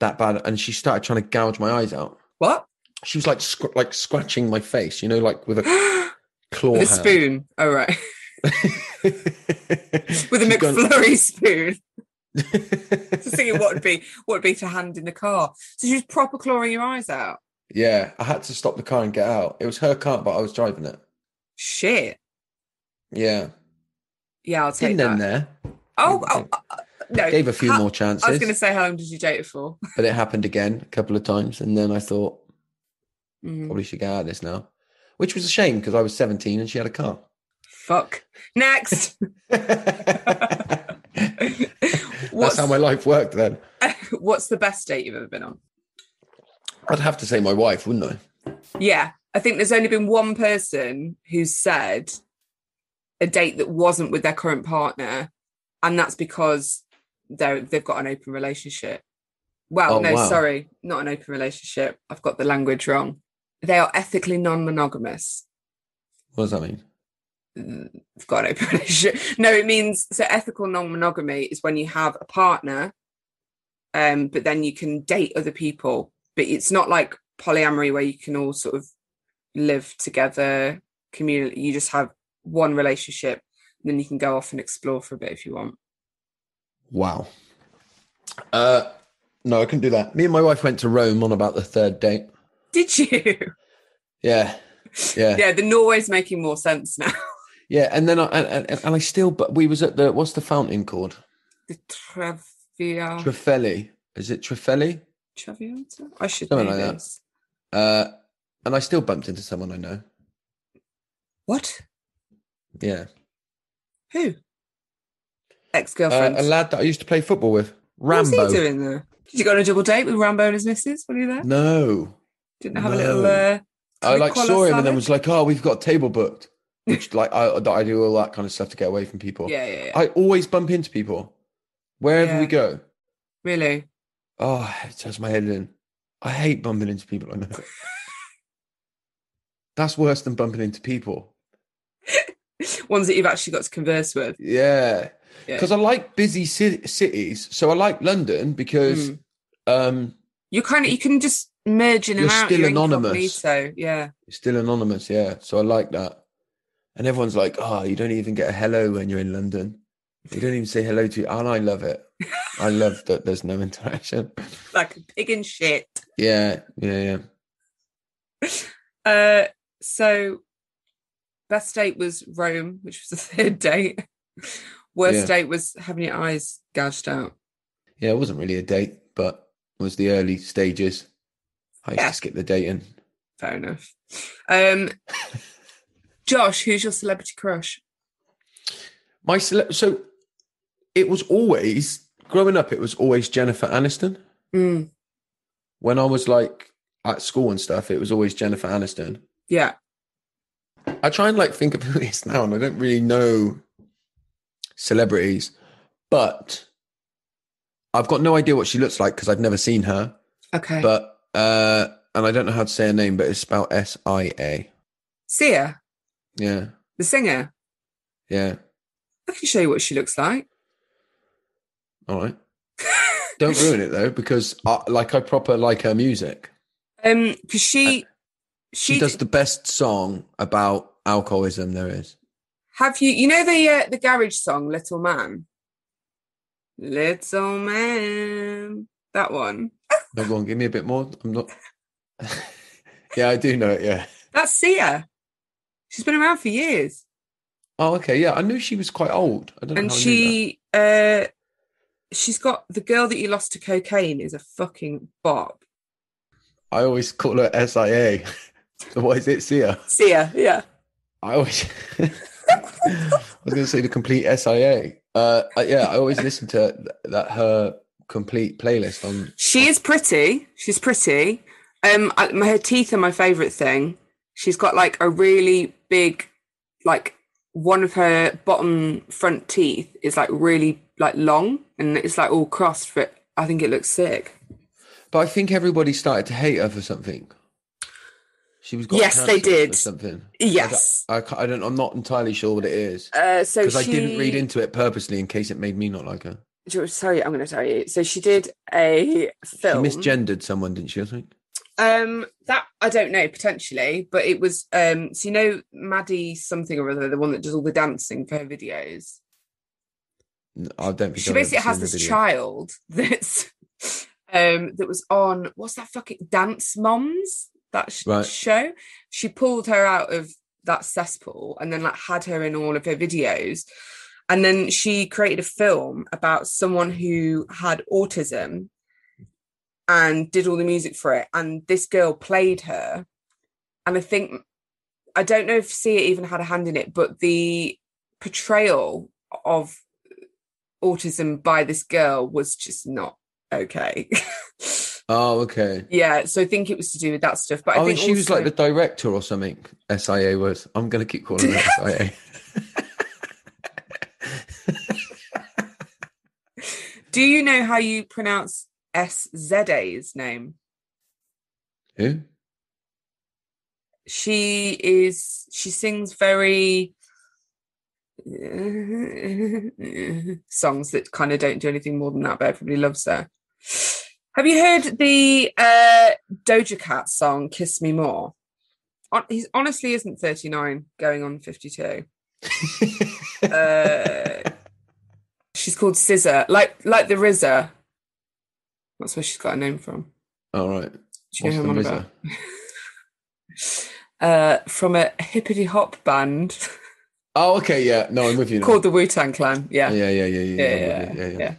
Speaker 3: that bad, and she started trying to gouge my eyes out
Speaker 1: What?
Speaker 3: she was like scr- like scratching my face, you know, like with a
Speaker 1: with
Speaker 3: claw
Speaker 1: a
Speaker 3: hand.
Speaker 1: spoon. All right. With a
Speaker 3: She's gone-
Speaker 1: McFlurry spoon. Just thinking what would be what would be to hand in the car. So she's proper clawing your eyes out.
Speaker 3: yeah, I had to stop the car and get out. It was her car, but I was driving it.
Speaker 1: Shit.
Speaker 3: Yeah,
Speaker 1: Yeah, I'll take
Speaker 3: in then
Speaker 1: that.
Speaker 3: there,
Speaker 1: Oh, oh, oh, no.
Speaker 3: gave a few
Speaker 1: Ha-
Speaker 3: more
Speaker 1: I was going to
Speaker 3: chances,
Speaker 1: say, how long did you date it for?
Speaker 3: but it happened again a couple of times, and then I thought
Speaker 1: Mm,
Speaker 3: probably should get out of this now, which was a shame because I was seventeen and she had a car.
Speaker 1: fuck. Next.
Speaker 3: That's
Speaker 1: what's,
Speaker 3: how my life worked then.
Speaker 1: what's the best date you've ever been on?
Speaker 3: I'd have to say my wife, wouldn't I?
Speaker 1: Yeah, I think there's only been one person who said a date that wasn't with their current partner, and that's because they they've got an open relationship. Well,
Speaker 3: Oh,
Speaker 1: no,
Speaker 3: wow.
Speaker 1: sorry, not an open relationship. I've got the language wrong. They are ethically non-monogamous.
Speaker 3: What does that mean?
Speaker 1: Mm, They've got an open relationship. No, it means so ethical non-monogamy is when you have a partner, um, but then you can date other people. But it's not like polyamory where you can all sort of live together communally. You just have one relationship, and then you can go off and explore for a bit if you want.
Speaker 3: Wow. Uh, no, I couldn't do that. Me and my wife went to Rome on about the third date.
Speaker 1: Did you?
Speaker 3: Yeah, yeah, yeah.
Speaker 1: Yeah, the Norway's making more sense now.
Speaker 3: And then I and, and, and I still, but we was at the what's the fountain called?
Speaker 1: The Trev VR
Speaker 3: Trefelli. Is it Trefelli?
Speaker 1: Traviata. I should
Speaker 3: Something
Speaker 1: know
Speaker 3: like that.
Speaker 1: this.
Speaker 3: Uh, and I still bumped into someone I know.
Speaker 1: What?
Speaker 3: Yeah.
Speaker 1: Who? Ex
Speaker 3: Uh,
Speaker 1: girlfriend.
Speaker 3: a lad that I used to play football with.
Speaker 1: What's
Speaker 3: Rambo.
Speaker 1: he doing there? Did you go on a double date with Rambo and his missus? Were you there?
Speaker 3: No.
Speaker 1: Didn't have a
Speaker 3: no.
Speaker 1: little. Uh,
Speaker 3: I like
Speaker 1: Cauliflower
Speaker 3: saw him and then
Speaker 1: salad?
Speaker 3: was like, oh, we've got a table booked. Which like I, I do all that kind of stuff to get away from people.
Speaker 1: yeah, yeah, yeah.
Speaker 3: I always bump into people wherever we
Speaker 1: Yeah.
Speaker 3: go.
Speaker 1: really?
Speaker 3: Oh, it turns my head in. I hate bumping into people. I know. That's worse than bumping into people.
Speaker 1: Ones that you've actually got to converse with.
Speaker 3: Yeah.
Speaker 1: Yeah.
Speaker 3: Because I like busy ci- cities. So I like London because
Speaker 1: Mm.
Speaker 3: um,
Speaker 1: You're kind of you can just merge in and
Speaker 3: You're
Speaker 1: out.
Speaker 3: still
Speaker 1: You're
Speaker 3: anonymous.
Speaker 1: incognito. Yeah.
Speaker 3: it's still anonymous. Yeah. So I like that. And everyone's like, oh, you don't even get a hello when you're in London. You don't even say hello to you. And I love it. I love that there's no interaction.
Speaker 1: like a pig in shit.
Speaker 3: Yeah. Yeah. Yeah.
Speaker 1: Uh, so best date was Rome, which was the third date. Worst
Speaker 3: Yeah.
Speaker 1: date was having your eyes gouged out.
Speaker 3: Yeah. It wasn't really a date, but it was the early stages. I used
Speaker 1: Yeah.
Speaker 3: to skip the dating.
Speaker 1: Fair enough. Um, Josh, who's your celebrity crush?
Speaker 3: My cele- so it was always growing up. It was always Jennifer Aniston.
Speaker 1: Mm,
Speaker 3: When I was like at school and stuff, it was always Jennifer Aniston.
Speaker 1: yeah,
Speaker 3: I try and like think of who it is now, and I don't really know celebrities, but I've got no idea what she looks like because I've never seen her.
Speaker 1: okay.
Speaker 3: But uh, and I don't know how to say her name, but it's spelled S I A.
Speaker 1: Sia,
Speaker 3: Yeah,
Speaker 1: the singer.
Speaker 3: yeah.
Speaker 1: I can show you what she looks like.
Speaker 3: All right. don't ruin it though, because I, like I proper like her music.
Speaker 1: Um, because she,
Speaker 3: she,
Speaker 1: she,
Speaker 3: does the best song about alcoholism there is.
Speaker 1: Have you, you know the uh, the garage song, Little Man, Little Man, that one.
Speaker 3: No, go on, give me a bit more. I'm not. yeah, I do know it. Yeah.
Speaker 1: That's Sia. She's been around for years,
Speaker 3: Oh, okay. Yeah, I knew she was quite old. I don't know.
Speaker 1: and
Speaker 3: how I knew
Speaker 1: she uh, she's got the girl that you lost to cocaine is a fucking bop.
Speaker 3: that. I always call her SIA. what is it, Sia?
Speaker 1: Sia, yeah,
Speaker 3: I always. I was going to say the complete SIA. Uh, I- yeah, I always listen to th- that her complete playlist on.
Speaker 1: she is pretty. She's pretty. Um, I, my, her teeth are my favorite thing. She's got like a really big, like one of her bottom front teeth is like really like long, and it's like all crossed. For it. I think it looks sick.
Speaker 3: But I think everybody started to hate her for something. She was got
Speaker 1: Yes, they
Speaker 3: cancelled
Speaker 1: did.
Speaker 3: for something.
Speaker 1: Yes.
Speaker 3: I, ca- I don't. I'm not entirely sure what it is
Speaker 1: Uh, so
Speaker 3: because
Speaker 1: she,
Speaker 3: I didn't read into it purposely in case it made me not like her.
Speaker 1: Jo- Sorry, I'm going to tell you. So she did a film.
Speaker 3: She misgendered someone, didn't she? I think.
Speaker 1: Um, that I don't know potentially, but it was um. So you know Maddie something or other, the one that does all the dancing for her videos.
Speaker 3: N- I don't think.
Speaker 1: She
Speaker 3: I've ever
Speaker 1: basically has
Speaker 3: seen the
Speaker 1: this
Speaker 3: video.
Speaker 1: child that's um that was on what's that fucking Dance Moms that sh-
Speaker 3: Right.
Speaker 1: show. She pulled her out of that cesspool and then like had her in all of her videos. And then she created a film about someone who had autism and did all the music for it. And this girl played her. And I think I don't know if Sia even had a hand in it, but the portrayal of autism by this girl was just not okay.
Speaker 3: Oh, okay.
Speaker 1: yeah, so I think it was to do with that stuff. But I
Speaker 3: oh,
Speaker 1: think
Speaker 3: and she was like the
Speaker 1: also-
Speaker 3: director or something. SIA was. I'm going to keep calling her SIA.
Speaker 1: Do you know how you pronounce SZA's name?
Speaker 3: Who?
Speaker 1: She is. She sings very. songs that kind of don't do anything more than that, but everybody loves her. Have you heard the uh, Doja Cat song "Kiss Me More"? Hon- He honestly isn't thirty-nine, going on fifty-two. Uh, she's called Scissor, like like the RZA. That's where she's got her name from.
Speaker 3: All right.
Speaker 1: Do you
Speaker 3: What's
Speaker 1: know who
Speaker 3: the
Speaker 1: I'm on
Speaker 3: RZA?
Speaker 1: about? Uh, from a hippity hop band
Speaker 3: Oh, okay. Yeah. No, I'm with you. Now.
Speaker 1: called the Wu Tang Clan. Yeah.
Speaker 3: Yeah, yeah, yeah, yeah, yeah,
Speaker 1: Yeah,
Speaker 3: yeah, yeah, yeah.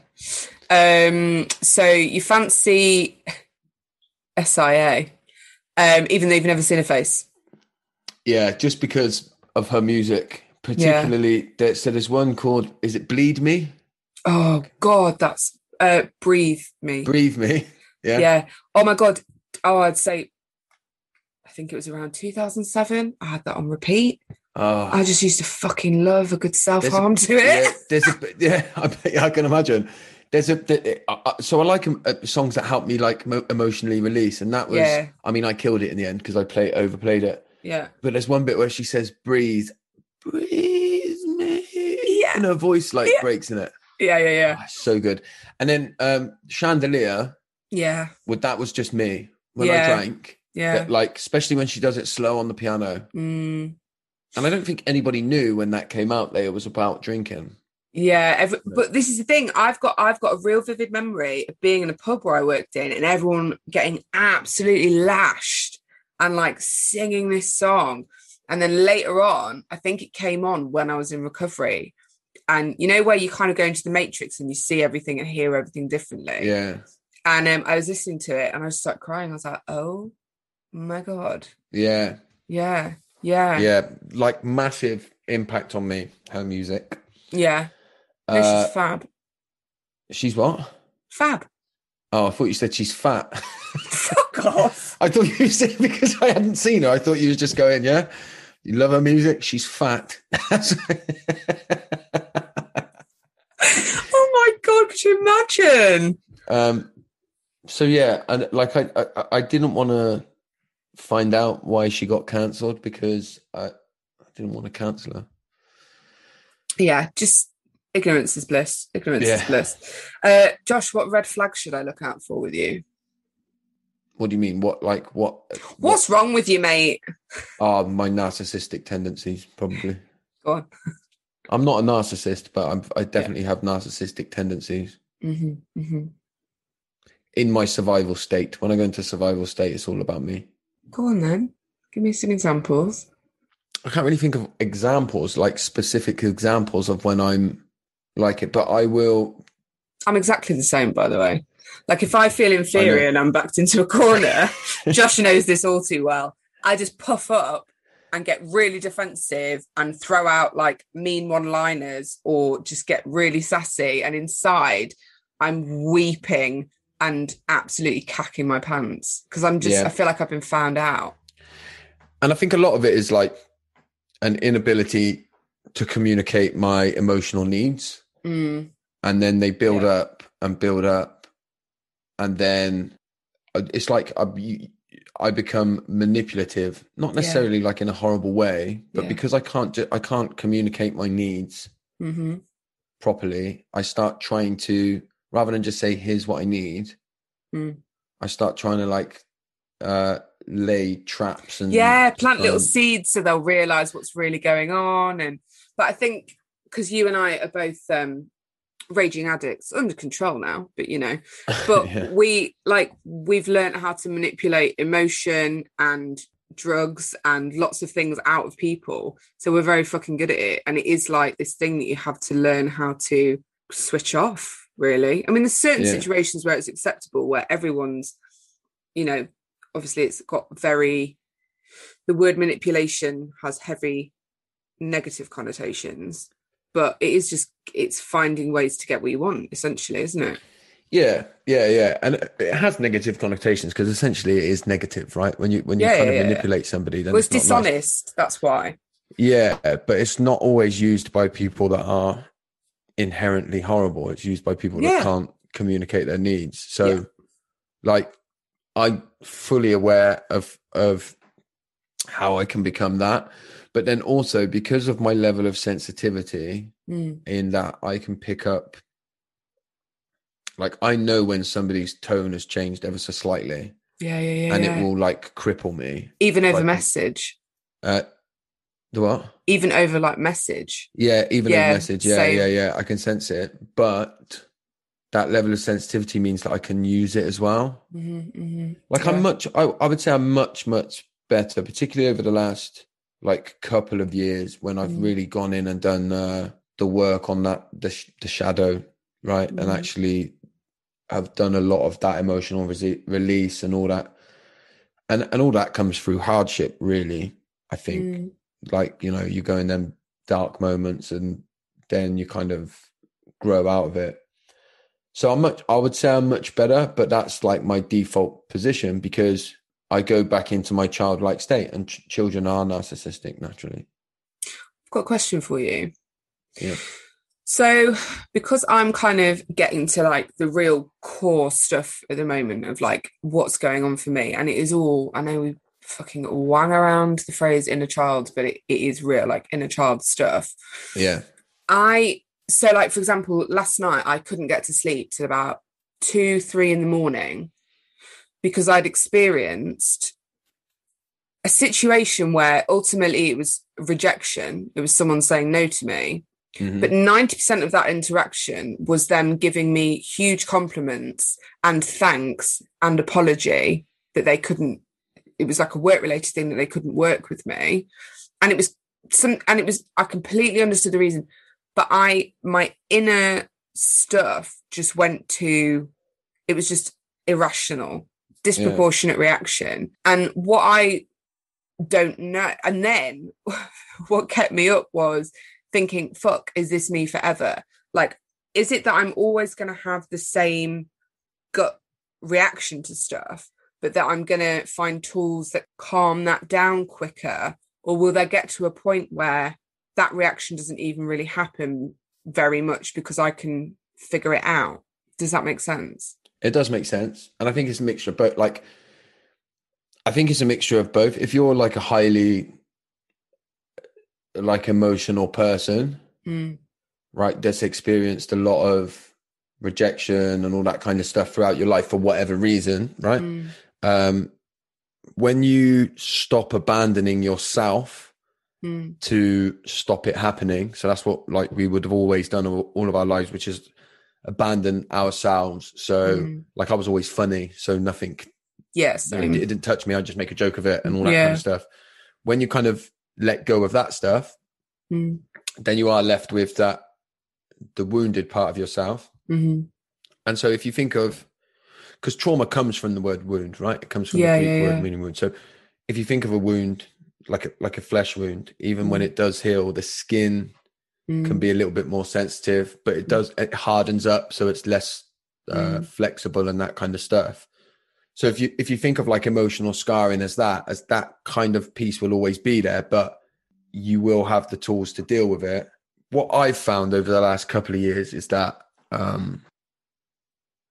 Speaker 1: yeah. Um, so you fancy SIA, um, even though you've never seen her face.
Speaker 3: Yeah, just because of her music, particularly there, so there's one called is it Bleed Me?
Speaker 1: Oh God, that's uh, breathe me.
Speaker 3: Breathe Me.
Speaker 1: yeah.
Speaker 3: Yeah.
Speaker 1: Oh my God. Oh, I'd say. I think it was around 2007. I had that on repeat.
Speaker 3: Oh.
Speaker 1: I just used to fucking love a good self harm to it.
Speaker 3: yeah, there's a yeah, I, bet- I can imagine. There's a th- I- I- so I like um, uh, songs that help me like mo- emotionally release, and that was
Speaker 1: Yeah.
Speaker 3: I mean I killed it in the end because I play overplayed it.
Speaker 1: Yeah.
Speaker 3: But there's one bit where she says "breathe, breathe me,"
Speaker 1: Yeah.
Speaker 3: and her voice like
Speaker 1: Yeah.
Speaker 3: breaks in it.
Speaker 1: Yeah. Yeah. Yeah.
Speaker 3: Ah, so good. And then um Chandelier,
Speaker 1: Yeah.
Speaker 3: well, that was just me when I
Speaker 1: Yeah.
Speaker 3: drank.
Speaker 1: Yeah.
Speaker 3: That, like especially when she does it slow on the piano,
Speaker 1: Mm.
Speaker 3: and I don't think anybody knew when that came out that it was about drinking.
Speaker 1: Yeah, every, but this is the thing. I've got I've got a real vivid memory of being in a pub where I worked in, and everyone getting absolutely lashed and like singing this song. And then later on, I think it came on when I was in recovery, and you know where you kind of go into the matrix and you see everything and hear everything differently.
Speaker 3: Yeah,
Speaker 1: And um, I was listening to it, and I just started crying. I was like, "Oh my god,
Speaker 3: yeah.
Speaker 1: yeah, yeah, yeah."
Speaker 3: yeah like massive impact on me her music
Speaker 1: No,
Speaker 3: uh,
Speaker 1: she's fab,
Speaker 3: she's what
Speaker 1: fab.
Speaker 3: oh i thought you said she's fat
Speaker 1: Fuck off.
Speaker 3: i thought you said because i hadn't seen her i thought you were just going yeah you love her music she's fat
Speaker 1: oh my god, could you imagine?
Speaker 3: um so yeah and like i i, I didn't want to find out why she got cancelled because i i didn't want to cancel her
Speaker 1: Yeah, just ignorance is bliss. Ignorance is
Speaker 3: Yeah.
Speaker 1: bliss. Uh, Josh, what red flags should I look out for with you?
Speaker 3: what do you mean what like what
Speaker 1: What's wrong with you, mate?
Speaker 3: are my narcissistic tendencies probably
Speaker 1: Go on.
Speaker 3: I'm not a narcissist, but I'm, I definitely have narcissistic tendencies
Speaker 1: hmm hmm
Speaker 3: in my survival state. When I go into survival state, it's all about me.
Speaker 1: Go on then. Give me some examples.
Speaker 3: I can't really think of examples, like specific examples of when I'm like it, but I will.
Speaker 1: I'm exactly the same, by the way. Like if I feel inferior and I'm backed into a corner, Josh knows this all too well. I just puff up and get really defensive and throw out like mean one-liners or just get really sassy. And inside, I'm weeping and absolutely cacking my pants because I'm just.
Speaker 3: Yeah.
Speaker 1: I feel like I've been found out.
Speaker 3: And I think a lot of it is like an inability to communicate my emotional needs.
Speaker 1: Mm,
Speaker 3: and then they build
Speaker 1: Yeah.
Speaker 3: up and build up and then uh, it's like I, you- I become manipulative not necessarily like in a horrible way but
Speaker 1: Yeah.
Speaker 3: because I can't ju- I can't communicate my needs
Speaker 1: hmm
Speaker 3: properly I start trying to rather than just say here's what I need
Speaker 1: Mm.
Speaker 3: I start trying to like uh lay traps and
Speaker 1: Yeah, plant little
Speaker 3: um,
Speaker 1: seeds so they'll realize what's really going on. And but I think because you and I are both um, raging addicts under control now, but you know, but
Speaker 3: Yeah.
Speaker 1: we like we've learned how to manipulate emotion and drugs and lots of things out of people. So we're very fucking good at it. And it is like this thing that you have to learn how to switch off, really. I mean, there's certain
Speaker 3: Yeah.
Speaker 1: situations where it's acceptable, where everyone's, you know, obviously it's got very, the word manipulation has heavy negative connotations. But it is just, it's finding ways to get what you want, essentially, isn't it?
Speaker 3: Yeah, yeah, yeah, and it has negative connotations because essentially it is negative, right? When you when you
Speaker 1: Yeah,
Speaker 3: kind
Speaker 1: yeah,
Speaker 3: of
Speaker 1: yeah.
Speaker 3: manipulate somebody, then
Speaker 1: Well, it's
Speaker 3: it's not nice.
Speaker 1: dishonest. That's why.
Speaker 3: Yeah, but it's not always used by people that are inherently horrible. It's used by people
Speaker 1: Yeah.
Speaker 3: that can't communicate their needs. So,
Speaker 1: Yeah.
Speaker 3: like, I'm fully aware of of how I can become that, but then also because of my level of sensitivity,
Speaker 1: Mm.
Speaker 3: in that I can pick up. Like I know when somebody's tone has changed ever so slightly,
Speaker 1: Yeah, yeah, yeah.
Speaker 3: and
Speaker 1: yeah.
Speaker 3: it will like cripple me.
Speaker 1: even over
Speaker 3: like-
Speaker 1: message,
Speaker 3: Uh, the what?
Speaker 1: even over like message.
Speaker 3: Yeah, even
Speaker 1: Yeah,
Speaker 3: a message. Yeah,
Speaker 1: same.
Speaker 3: yeah, yeah. I can sense it, but that level of sensitivity means that I can use it as well.
Speaker 1: Mm-hmm,
Speaker 3: Like I'm much. I, I would say I'm much much better, particularly over the last like couple of years when I've
Speaker 1: Mm.
Speaker 3: really gone in and done uh, the work on that the sh- the shadow, right, and
Speaker 1: Mhm.
Speaker 3: actually have done a lot of that emotional rese- release and all that, and and all that comes through hardship, really. I think
Speaker 1: Mm.
Speaker 3: like you know you go in them dark moments and then you kind of grow out of it so i'm much i would say i'm much better but that's like my default position because i go back into my childlike state and ch- children are narcissistic naturally
Speaker 1: I've got a question for you.
Speaker 3: Yeah.
Speaker 1: So, because I'm kind of getting to like the real core stuff at the moment of like what's going on for me, and it is all I know we fucking wang around the phrase inner child, but it, it is real, like inner child stuff.
Speaker 3: yeah
Speaker 1: I so like for example, last night I couldn't get to sleep till about two, three in the morning because I'd experienced a situation where ultimately it was rejection. It was someone saying no to me.
Speaker 3: Mhm.
Speaker 1: But 90% of that interaction was them giving me huge compliments and thanks and apology that they couldn't, it was like a work related thing that they couldn't work with me. And it was some, and it was, I completely understood the reason, but I, my inner stuff just went to, it was just irrational, disproportionate reaction. And what I don't know, and then what kept me up was, thinking, fuck, is this me forever? Like, is it that I'm always going to have the same gut reaction to stuff, but that I'm going to find tools that calm that down quicker? Or will there get to a point where that reaction doesn't even really happen very much because I can figure it out? Does that make sense?
Speaker 3: It does make sense. And I think it's a mixture of both. Like, I think it's a mixture of both. If you're like a highly, like, emotional person,
Speaker 1: Mm.
Speaker 3: right, that's experienced a lot of rejection and all that kind of stuff throughout your life for whatever reason, right?
Speaker 1: Mm.
Speaker 3: Um, when you stop abandoning yourself,
Speaker 1: Mm.
Speaker 3: to stop it happening. So that's what like we would have always done all all of our lives, which is abandon ourselves. So
Speaker 1: Mm.
Speaker 3: like I was always funny, so nothing
Speaker 1: Yeah,
Speaker 3: you
Speaker 1: so
Speaker 3: know, it didn't touch me. I just make a joke of it and all that
Speaker 1: Um, Yeah.
Speaker 3: kind of stuff. When you kind of let go of that stuff,
Speaker 1: Mm.
Speaker 3: then you are left with that the wounded part of yourself.
Speaker 1: Mhm.
Speaker 3: And so if you think of because trauma comes from the word wound, right? It comes from
Speaker 1: Yeah,
Speaker 3: the Greek
Speaker 1: yeah,
Speaker 3: word
Speaker 1: yeah.
Speaker 3: meaning wound. So if you think of a wound like a like a flesh wound, even when
Speaker 1: Mm.
Speaker 3: it does heal, the skin
Speaker 1: Mm.
Speaker 3: can be a little bit more sensitive, but it does it hardens up, so it's less uh,
Speaker 1: Mm.
Speaker 3: flexible and that kind of stuff. So if you if you think of like emotional scarring as that, as that kind of piece will always be there, but you will have the tools to deal with it. What I've found over the last couple of years is that um,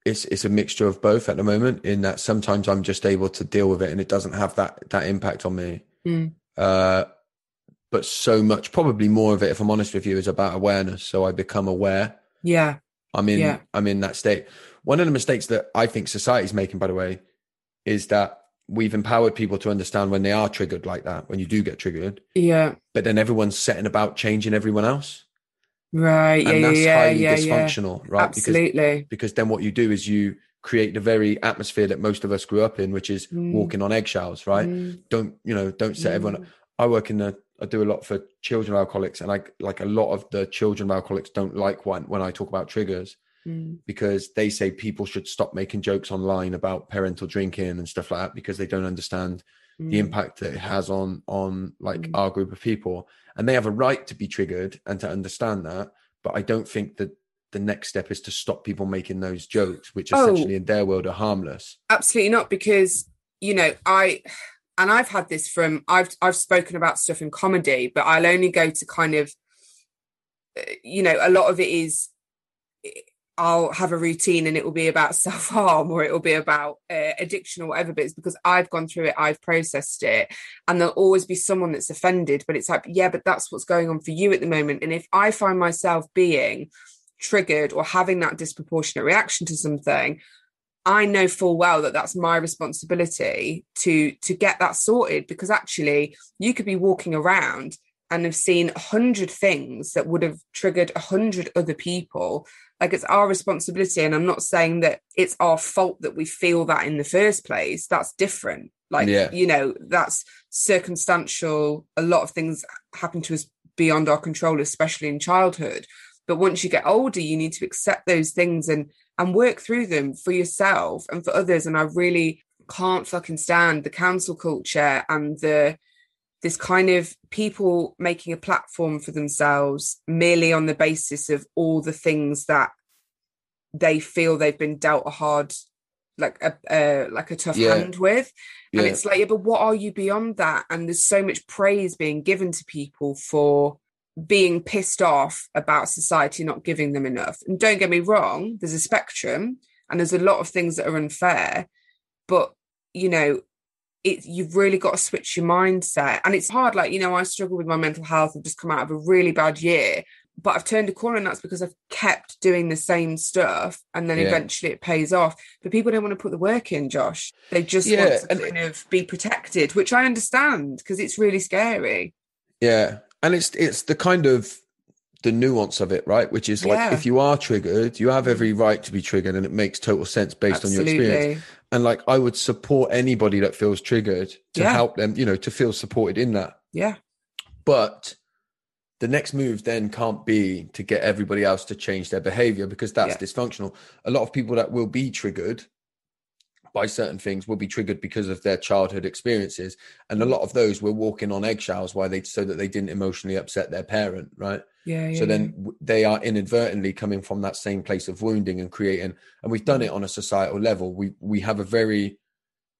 Speaker 3: it's it's a mixture of both at the moment. In that sometimes I'm just able to deal with it, and it doesn't have that that impact on me.
Speaker 1: Mm.
Speaker 3: Uh, but so much, probably more of it, if I'm honest with you, is about awareness. So I become aware.
Speaker 1: Yeah.
Speaker 3: I'm in.
Speaker 1: Yeah.
Speaker 3: I'm in that state. One of the mistakes that I think society's making, by the way, is that we've empowered people to understand when they are triggered like that, when you do get triggered,
Speaker 1: Yeah.
Speaker 3: but then everyone's setting about changing everyone else,
Speaker 1: Right. Yeah.
Speaker 3: and
Speaker 1: yeah.
Speaker 3: that's
Speaker 1: yeah.
Speaker 3: highly
Speaker 1: yeah. Yeah.
Speaker 3: dysfunctional, right? Because
Speaker 1: Absolutely.
Speaker 3: because then what you do is you create the very atmosphere that most of us grew up in, which is
Speaker 1: Mm.
Speaker 3: walking on eggshells, right?
Speaker 1: Mm.
Speaker 3: Don't you know? Don't set everyone
Speaker 1: Mm.
Speaker 3: I work in the I do a lot for children of alcoholics and I like a lot of the children of alcoholics don't like when when I talk about triggers
Speaker 1: Mm.
Speaker 3: because they say people should stop making jokes online about parental drinking and stuff like that because they don't understand the
Speaker 1: Mm.
Speaker 3: impact that it has on on like
Speaker 1: Mm.
Speaker 3: our group of people and they have a right to be triggered and to understand that but I don't think that the next step is to stop people making those jokes which
Speaker 1: Oh.
Speaker 3: essentially in their world are harmless
Speaker 1: absolutely not because you know i and i've had this from i've i've spoken about stuff in comedy but i'll only go to kind of uh, you know a lot of it is i'll have a routine and it will be about self-harm or it will be about uh, addiction or whatever but it's because i've gone through it i've processed it and there'll always be someone that's offended but it's like yeah but that's what's going on for you at the moment and if i find myself being triggered or having that disproportionate reaction to something I know full well that that's my responsibility to to get that sorted because actually you could be walking around and have seen a hundred things that would have triggered a hundred other people. Like it's our responsibility, and I'm not saying that it's our fault that we feel that in the first place. That's different. Like
Speaker 3: Yeah.
Speaker 1: you know, that's circumstantial. A lot of things happen to us beyond our control, especially in childhood. But once you get older, you need to accept those things and and work through them for yourself and for others. And I really can't fucking stand the council culture and the this kind of people making a platform for themselves merely on the basis of all the things that they feel they've been dealt a hard like a uh, like a tough
Speaker 3: Yeah.
Speaker 1: hand with and
Speaker 3: Yeah.
Speaker 1: it's like yeah but what are you beyond that and there's so much praise being given to people for being pissed off about society not giving them enough and don't get me wrong there's a spectrum and there's a lot of things that are unfair but you know it you've really got to switch your mindset and it's hard like you know i struggle with my mental health i've just come out of a really bad year but i've turned a corner and that's because i've kept doing the same stuff and then
Speaker 3: Yeah.
Speaker 1: eventually it pays off but people don't want to put the work in josh they just
Speaker 3: Yeah,
Speaker 1: want to
Speaker 3: and-
Speaker 1: kind of be protected which i understand because it's really scary
Speaker 3: Yeah, and it's it's the kind of the nuance of it, right? Which is like
Speaker 1: Yeah. Mm.
Speaker 3: if you are triggered, you have every right to be triggered, and it makes total sense based on your experience.
Speaker 1: absolutely
Speaker 3: And like, I would support anybody that feels triggered to
Speaker 1: Yeah.
Speaker 3: help them, you know, to feel supported in that.
Speaker 1: yeah
Speaker 3: But the next move then can't be to get everybody else to change their behavior because that's
Speaker 1: Yeah.
Speaker 3: dysfunctional. A lot of people that will be triggered by certain things will be triggered because of their childhood experiences. And a lot of those were walking on eggshells why they so that they didn't emotionally upset their parent, right?
Speaker 1: yeah, yeah
Speaker 3: So then w- they are inadvertently coming from that same place of wounding and creating. And we've done it
Speaker 1: Mm.
Speaker 3: on a societal level. We we have a very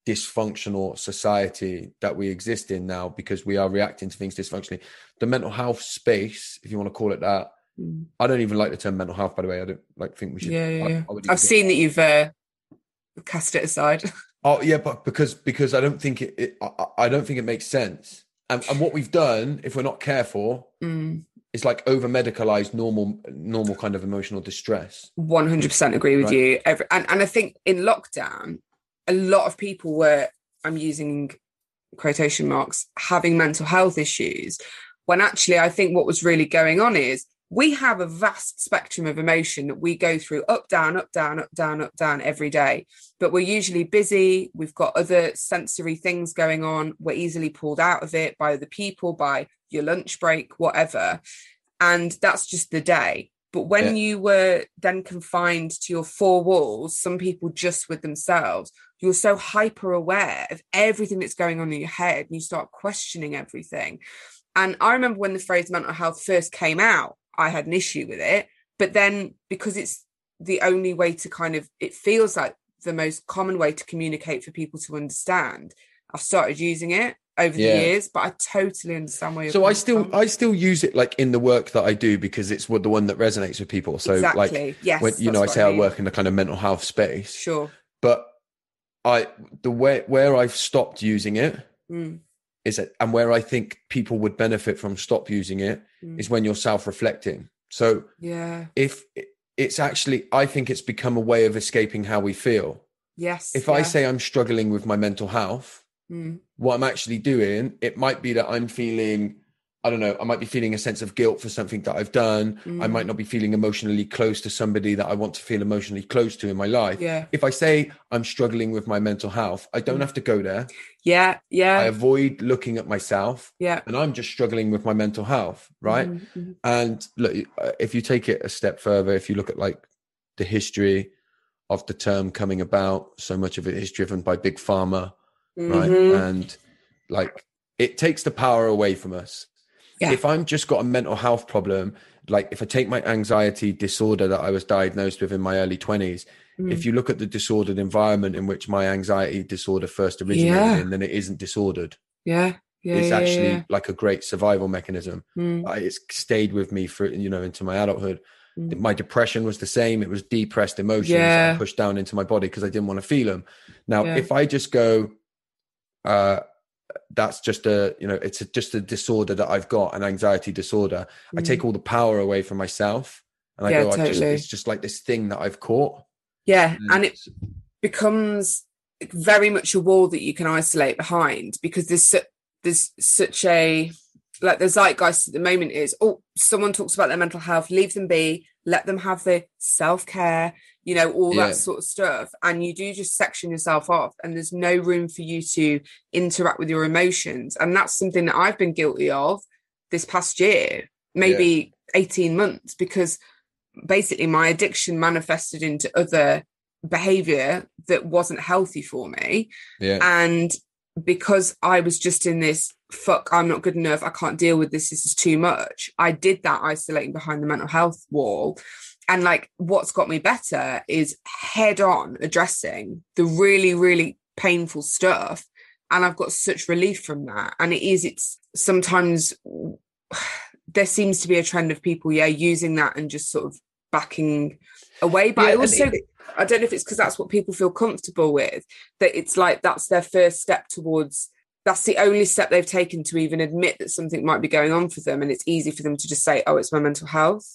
Speaker 3: dysfunctional society that we exist in now because we are reacting to things dysfunctionally. The mental health space, if you want to call it that,
Speaker 1: yeah. Mm.
Speaker 3: I don't even like the term mental health. By the way, I don't like think we should.
Speaker 1: yeah, yeah,
Speaker 3: I-
Speaker 1: yeah.
Speaker 3: I would
Speaker 1: i've
Speaker 3: even-
Speaker 1: seen that you've uh cast it aside
Speaker 3: Oh yeah, but because because I don't think it. it I, I- I don't think it makes sense. And and what we've done, if we're not careful,
Speaker 1: Mm,
Speaker 3: is like over medicalized normal normal kind of emotional distress.
Speaker 1: 100% agree with
Speaker 3: Right.
Speaker 1: you Every, and, and i think in lockdown a lot of people were i'm using quotation marks having mental health issues when actually i think what was really going on is we have a vast spectrum of emotion that we go through up down up down up down up down every day but we're usually busy we've got other sensory things going on we're easily pulled out of it by other people by your lunch break whatever and that's just the day but when
Speaker 3: Yeah.
Speaker 1: you were then confined to your four walls some people just with themselves you're so hyper aware of everything that's going on in your head and you start questioning everything. And I remember when the phrase mental health first came out, I had an issue with it. But then because it's the only way to kind of, it feels like the most common way to communicate for people to understand, I've started using it over
Speaker 3: Yeah.
Speaker 1: the years, but I totally understand where you're
Speaker 3: so
Speaker 1: coming
Speaker 3: i still
Speaker 1: from.
Speaker 3: i still use it like in the work that i do because it's what the one that resonates with people so like
Speaker 1: exactly. yes.
Speaker 3: when you know i
Speaker 1: that's
Speaker 3: say
Speaker 1: what
Speaker 3: I,
Speaker 1: mean.
Speaker 3: work in the kind of mental health space
Speaker 1: Sure.
Speaker 3: but i the way where i've stopped using it
Speaker 1: Mm,
Speaker 3: is it and where i think people would benefit from stop using it is
Speaker 1: mm.
Speaker 3: when you're self-reflecting so
Speaker 1: Yeah.
Speaker 3: if it's actually i think it's become a way of escaping how we feel
Speaker 1: Yes.
Speaker 3: if i
Speaker 1: yeah.
Speaker 3: say i'm struggling with my mental health
Speaker 1: Mm,
Speaker 3: what I'm actually doing, it might be that I'm feeling, I don't know, I might be feeling a sense of guilt for something that I've done. I
Speaker 1: mm.
Speaker 3: might not be feeling emotionally close to somebody that I want to feel emotionally close to in my life.
Speaker 1: Yeah.
Speaker 3: If I say I'm struggling with my mental health, I don't
Speaker 1: Mm.
Speaker 3: have to go there.
Speaker 1: Yeah. Yeah.
Speaker 3: I avoid looking at myself
Speaker 1: yeah.
Speaker 3: and I'm just struggling with my mental health, right?
Speaker 1: Mhm, mhm.
Speaker 3: And look, uh, if you take it a step further, if you look at like the history of the term coming about, so much of it is driven by big pharma right? Uh,
Speaker 1: Mhm.
Speaker 3: And like it takes the power away from us.
Speaker 1: Yeah.
Speaker 3: If I'm just got a mental health problem, like if I take my anxiety disorder that I was diagnosed with in my early 20s,
Speaker 1: Mm.
Speaker 3: if you look at the disordered environment in which my anxiety disorder first originated
Speaker 1: Yeah.
Speaker 3: in, then it isn't disordered.
Speaker 1: Yeah. Yeah.
Speaker 3: it's
Speaker 1: yeah,
Speaker 3: actually
Speaker 1: yeah.
Speaker 3: like a great survival mechanism.
Speaker 1: Mm,
Speaker 3: I- It's stayed with me for, you know, into my adulthood.
Speaker 1: Mm.
Speaker 3: My depression was the same. It was depressed emotions that
Speaker 1: Yeah.
Speaker 3: I pushed down into my body because I didn't want to feel them. Now,
Speaker 1: Yeah.
Speaker 3: if I just go, uh, that's just a, you know, it's a, just a disorder that I've got, an anxiety disorder. I
Speaker 1: mm.
Speaker 3: take all the power away from myself. And I
Speaker 1: Yeah,
Speaker 3: go, I just,
Speaker 1: totally.
Speaker 3: it's just like this thing that I've caught.
Speaker 1: yeah,
Speaker 3: mm.
Speaker 1: and it becomes very much a wall that you can isolate behind because there's su- there's such a like the zeitgeist at the moment is oh someone talks about their mental health leave them be let them have their self-care you know all
Speaker 3: Yeah.
Speaker 1: that sort of stuff and you do just section yourself off and there's no room for you to interact with your emotions and that's something that i've been guilty of this past year maybe 18 months because basically my addiction manifested into other behavior that wasn't healthy for me.
Speaker 3: Yeah.
Speaker 1: And because I was just in this fuck, I'm not good enough. I can't deal with this. This is too much. I did that isolating behind the mental health wall. And like what's got me better is head on addressing the really, really painful stuff. And I've got such relief from that. And it is, it's sometimes there seems to be a trend of people, yeah, using that and just sort of backing away. But
Speaker 3: Yeah,
Speaker 1: I
Speaker 3: and
Speaker 1: also,
Speaker 3: it-
Speaker 1: I don't know if it's because that's what people feel comfortable with, that it's like that's their first step towards that's the only step they've taken to even admit that something might be going on for them. And it's easy for them to just say, oh, it's my mental health.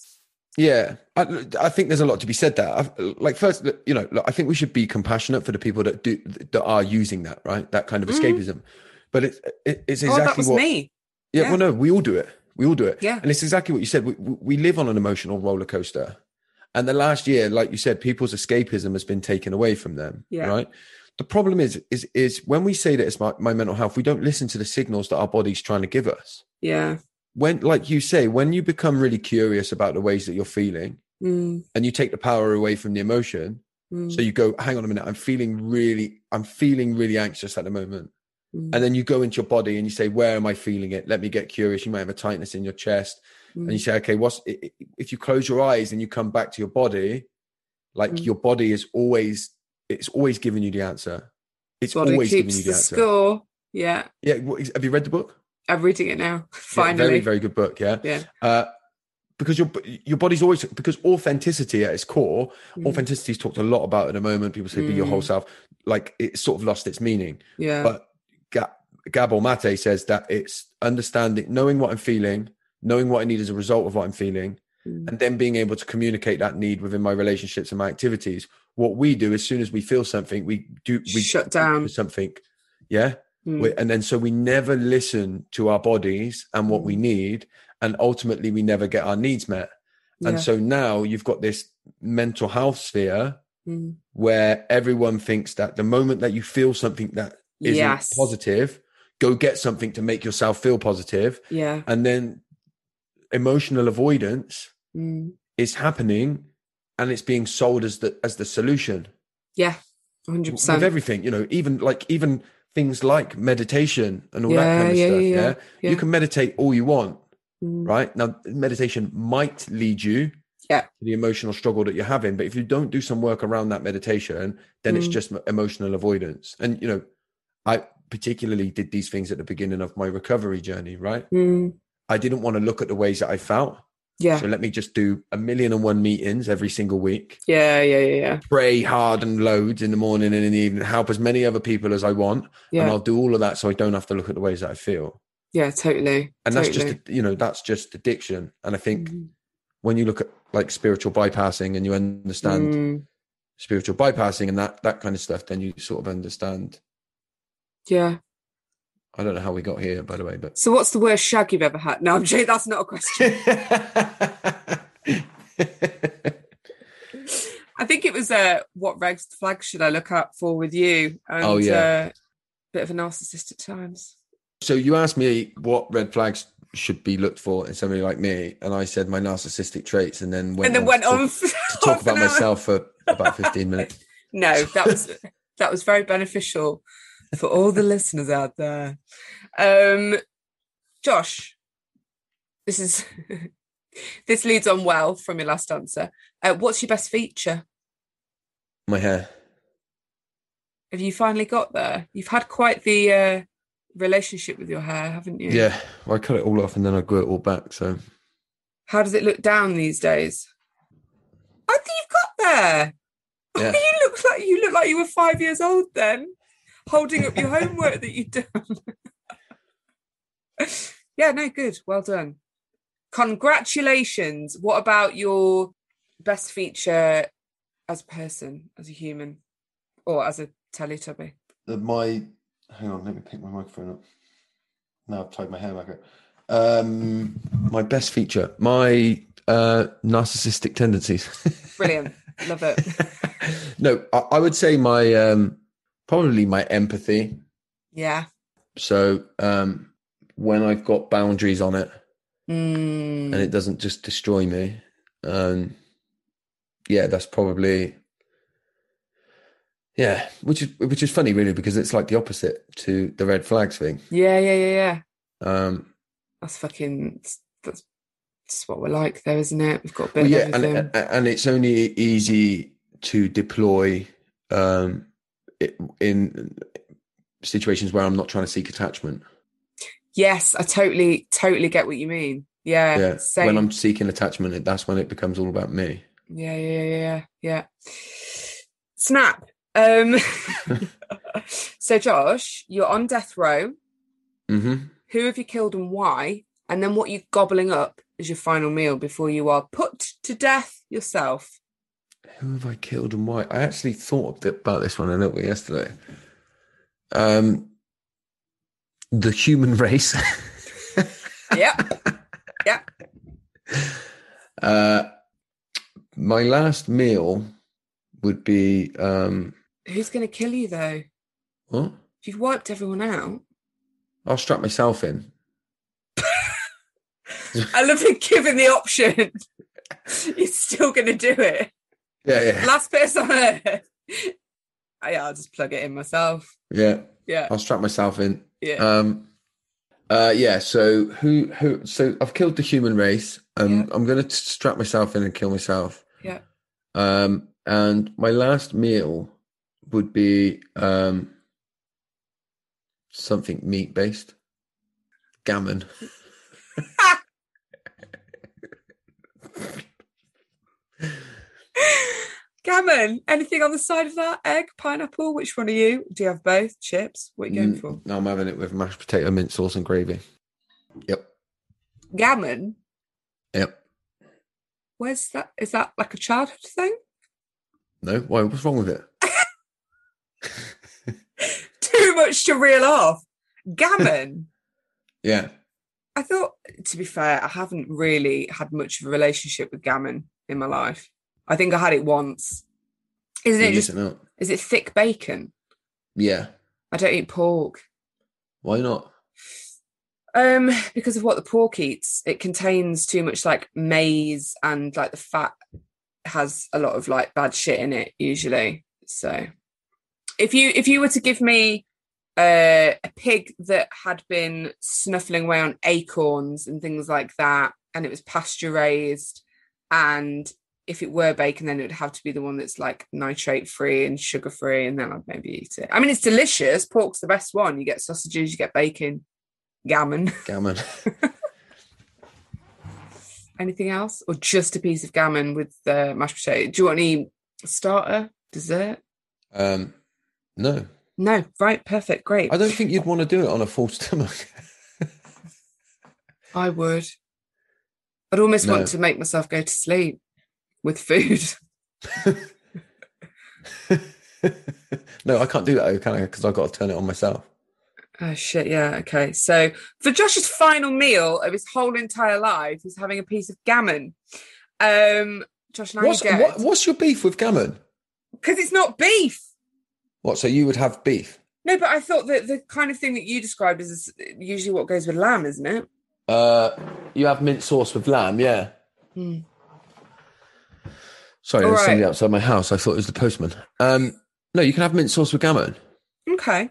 Speaker 3: Yeah, I, I think there's a lot to be said there. I, like first, you know, look, I think we should be compassionate for the people that do that are using that, right? That kind of
Speaker 1: Mhm.
Speaker 3: escapism. But it's it, it's
Speaker 1: oh, that
Speaker 3: exactly
Speaker 1: was
Speaker 3: what.
Speaker 1: me.
Speaker 3: Yeah,
Speaker 1: Yeah.
Speaker 3: well, no, we all do it. We all do it.
Speaker 1: Yeah.
Speaker 3: and it's exactly what you said. We we we live on an emotional roller coaster, and the last year, like you said, people's escapism has been taken away from them.
Speaker 1: Yeah.
Speaker 3: Right. The problem is, is, is when we say that it's my, my mental health, we don't listen to the signals that our body's trying to give us.
Speaker 1: Yeah.
Speaker 3: When, like you say, when you become really curious about the ways that you're feeling,
Speaker 1: Mm,
Speaker 3: and you take the power away from the emotion.
Speaker 1: mm,
Speaker 3: So you go, hang on a minute, I'm feeling really, I'm feeling really anxious at the moment.
Speaker 1: mm,
Speaker 3: And then you go into your body and you say, where am I feeling it? Let me get curious. You might have a tightness in your chest, and you
Speaker 1: mm.
Speaker 3: say, okay, what's i- i- if you close your eyes and you come back to your body, like
Speaker 1: Mm.
Speaker 3: your body is always, it's always giving you the answer. It's
Speaker 1: Body
Speaker 3: always giving
Speaker 1: keeps
Speaker 3: you
Speaker 1: the
Speaker 3: the answer.
Speaker 1: score. Yeah.
Speaker 3: Yeah, what is- have you read the book?
Speaker 1: I'm reading it now.
Speaker 3: Yeah, very
Speaker 1: Finally.
Speaker 3: very good book. Yeah,
Speaker 1: Yeah.
Speaker 3: Uh, because your your body's always because authenticity at its core
Speaker 1: Mm,
Speaker 3: authenticity's talked a lot about at the moment. People say be your whole
Speaker 1: Mm.
Speaker 3: self. Like it's sort of lost its meaning.
Speaker 1: yeah.
Speaker 3: But Ga- Gabor Mate says that it's understanding, knowing what I'm feeling, knowing what I need as a result of what I'm feeling,
Speaker 1: Mm,
Speaker 3: and then being able to communicate that need within my relationships and my activities. What we do as soon as we feel something, we do we
Speaker 1: Shut down.
Speaker 3: do something. Yeah.
Speaker 1: mm.
Speaker 3: We- and then so we never listen to our bodies and what we
Speaker 1: Mm.
Speaker 3: need. And ultimately we never get our needs met. And
Speaker 1: Yeah.
Speaker 3: so now you've got this mental health sphere
Speaker 1: Mm.
Speaker 3: where everyone thinks that the moment that you feel something that isn't
Speaker 1: yes.
Speaker 3: positive, go get something to make yourself feel positive.
Speaker 1: Yeah.
Speaker 3: And then emotional avoidance
Speaker 1: Mm.
Speaker 3: is happening and it's being sold as the as the solution
Speaker 1: Yeah.
Speaker 3: w-
Speaker 1: 100%.
Speaker 3: with everything, you know, even like even things like meditation and all that
Speaker 1: Yeah,
Speaker 3: kind of
Speaker 1: yeah,
Speaker 3: stuff.
Speaker 1: yeah,
Speaker 3: Yeah,
Speaker 1: yeah, yeah.
Speaker 3: You can meditate all you want,
Speaker 1: Mm.
Speaker 3: right? Now meditation might lead you
Speaker 1: Yeah.
Speaker 3: to the emotional struggle that you're having. But if you don't do some work around that meditation, then it's
Speaker 1: Mm.
Speaker 3: just m- emotional avoidance. And, you know, I particularly did these things at the beginning of my recovery journey, right?
Speaker 1: Mm.
Speaker 3: I didn't want to look at the ways that I felt.
Speaker 1: Yeah.
Speaker 3: So let me just do a million and one meetings every single week,
Speaker 1: Yeah. Yeah. Yeah. Yeah.
Speaker 3: pray hard and loads in the morning and in the evening, help as many other people as I want. And
Speaker 1: Yeah.
Speaker 3: I'll do all of that so I don't have to look at the ways that I feel.
Speaker 1: Yeah. Totally.
Speaker 3: And that's
Speaker 1: totally.
Speaker 3: just, you know, that's just addiction. And I think
Speaker 1: Mm.
Speaker 3: when you look at like spiritual bypassing and you understand
Speaker 1: Mm.
Speaker 3: spiritual bypassing and that that kind of stuff, then you sort of understand.
Speaker 1: Yeah.
Speaker 3: I don't know how we got here, by the way, but
Speaker 1: So, what's the worst shag you've ever had? No, I'm joking. That's not a question. I think it was uh, what red flag should I look out for with you? And,
Speaker 3: Oh, yeah.
Speaker 1: Uh, bit of a narcissist at times.
Speaker 3: so you asked me what red flags should be looked for in somebody like me, and I said my narcissistic traits, and then went
Speaker 1: and then
Speaker 3: on
Speaker 1: went
Speaker 3: to
Speaker 1: on
Speaker 3: talk,
Speaker 1: for
Speaker 3: to talk
Speaker 1: half an
Speaker 3: about
Speaker 1: hour.
Speaker 3: myself for about fifteen minutes.
Speaker 1: No, that was that was very beneficial for all the listeners out there. Um, Josh, this is this leads on well from your last answer. Uh, what's your best feature?
Speaker 3: My hair.
Speaker 1: Have you finally got there? You've had quite the uh, relationship with your hair, haven't you?
Speaker 3: Yeah, well, I cut it all off and then I grew it all back. So
Speaker 1: How does it look down these days? I think you've got there.
Speaker 3: Yeah.
Speaker 1: you look like you look like you were five years old then, holding up your homework that you'd done. yeah, no, good. Well done. Congratulations. What about your best feature as a person, as a human, or as a Teletubby?
Speaker 3: the, my hang on, let me pick my microphone up. Now I've tied my hair back up. Um, my best feature, my uh, narcissistic tendencies.
Speaker 1: Brilliant. Love it.
Speaker 3: no, I, I would say my um, probably my empathy.
Speaker 1: Yeah.
Speaker 3: So um, when I've got boundaries on it
Speaker 1: Mm.
Speaker 3: and it doesn't just destroy me, um, yeah, that's probably yeah, which is which is funny really because it's like the opposite to the red flags thing.
Speaker 1: Yeah, yeah, yeah, yeah.
Speaker 3: Um,
Speaker 1: That's fucking. That's just what we're like, though, isn't it? We've got a bit
Speaker 3: well,
Speaker 1: of
Speaker 3: yeah, and,
Speaker 1: everything.
Speaker 3: and and it's only easy to deploy um it, in situations where I'm not trying to seek attachment.
Speaker 1: yes, I totally, totally get what you mean. Yeah,
Speaker 3: yeah,
Speaker 1: same.
Speaker 3: when I'm seeking attachment, it- that's when it becomes all about me.
Speaker 1: yeah, yeah, yeah, yeah, yeah. Snap. Um, so, Josh, you're on death row.
Speaker 3: hmm
Speaker 1: Who have you killed and why? And then what you gobbling up as your final meal before you are put to death yourself.
Speaker 3: Who have I killed and why? I actually thought a bit about this one a little bit yesterday. Um, the human race.
Speaker 1: Yep.
Speaker 3: uh, my last meal would be um,
Speaker 1: Who's going to kill you, though?
Speaker 3: what?
Speaker 1: If you've wiped everyone out.
Speaker 3: I'll strap myself in.
Speaker 1: I love being given the option. You're still going to do it.
Speaker 3: Yeah, yeah,
Speaker 1: Last person on earth. I, I'll just plug it in myself.
Speaker 3: yeah.
Speaker 1: Yeah,
Speaker 3: I'll strap myself in.
Speaker 1: yeah.
Speaker 3: Um, uh, yeah. So who who? So I've killed the human race. Um,
Speaker 1: Yeah.
Speaker 3: I'm going to strap myself in and kill myself.
Speaker 1: Yeah.
Speaker 3: Um, and my last meal would be um something meat based, gammon.
Speaker 1: Gammon, anything on the side of that? Egg, pineapple? Which one are you? Do you have both? Chips? What are you going for?
Speaker 3: Mm, I'm having it with mashed potato, mint sauce, and gravy. Yep.
Speaker 1: Gammon?
Speaker 3: Yep.
Speaker 1: Where's that? Is that like a childhood thing?
Speaker 3: No. Why? What's wrong with it?
Speaker 1: Too much to reel off. Gammon.
Speaker 3: Yeah.
Speaker 1: I thought, to be fair, I haven't really had much of a relationship with gammon in my life. I think I had it once. Isn't
Speaker 3: You're
Speaker 1: it just?
Speaker 3: missing out.
Speaker 1: Is it thick bacon?
Speaker 3: Yeah.
Speaker 1: I don't eat pork.
Speaker 3: Why not?
Speaker 1: Um, because of what the pork eats, it contains too much like maize and like the fat has a lot of like bad shit in it usually. So if you if you were to give me uh, a pig that had been snuffling away on acorns and things like that, and it was pasture raised, and if it were bacon, then it would have to be the one that's like nitrate free and sugar free, and then I'd maybe eat it. I mean, it's delicious. Pork's the best one. You get sausages, you get bacon, gammon.
Speaker 3: Gammon.
Speaker 1: Anything else, or just a piece of gammon with uh, mashed potato? Do you want any starter dessert?
Speaker 3: um. No.
Speaker 1: No, right, perfect, great.
Speaker 3: I don't think you'd want to do it on a full stomach.
Speaker 1: I would. I'd almost
Speaker 3: No.
Speaker 1: want to make myself go to sleep with food.
Speaker 3: no, I can't do that, though, can I? Because I've got to turn it on myself.
Speaker 1: oh shit, yeah, okay. So for Josh's final meal of his whole entire life, he's having a piece of gammon. Um Josh and I
Speaker 3: What's,
Speaker 1: get
Speaker 3: what, what's your beef with gammon?
Speaker 1: because it's not beef.
Speaker 3: What? So you would have beef?
Speaker 1: No, but I thought that the kind of thing that you described is usually what goes with lamb, isn't it?
Speaker 3: Uh, you have mint sauce with lamb, yeah.
Speaker 1: Hmm.
Speaker 3: Sorry,
Speaker 1: All
Speaker 3: there's
Speaker 1: right.
Speaker 3: somebody outside my house. I thought it was the postman. Um, no, you can have mint sauce with gammon,
Speaker 1: Okay.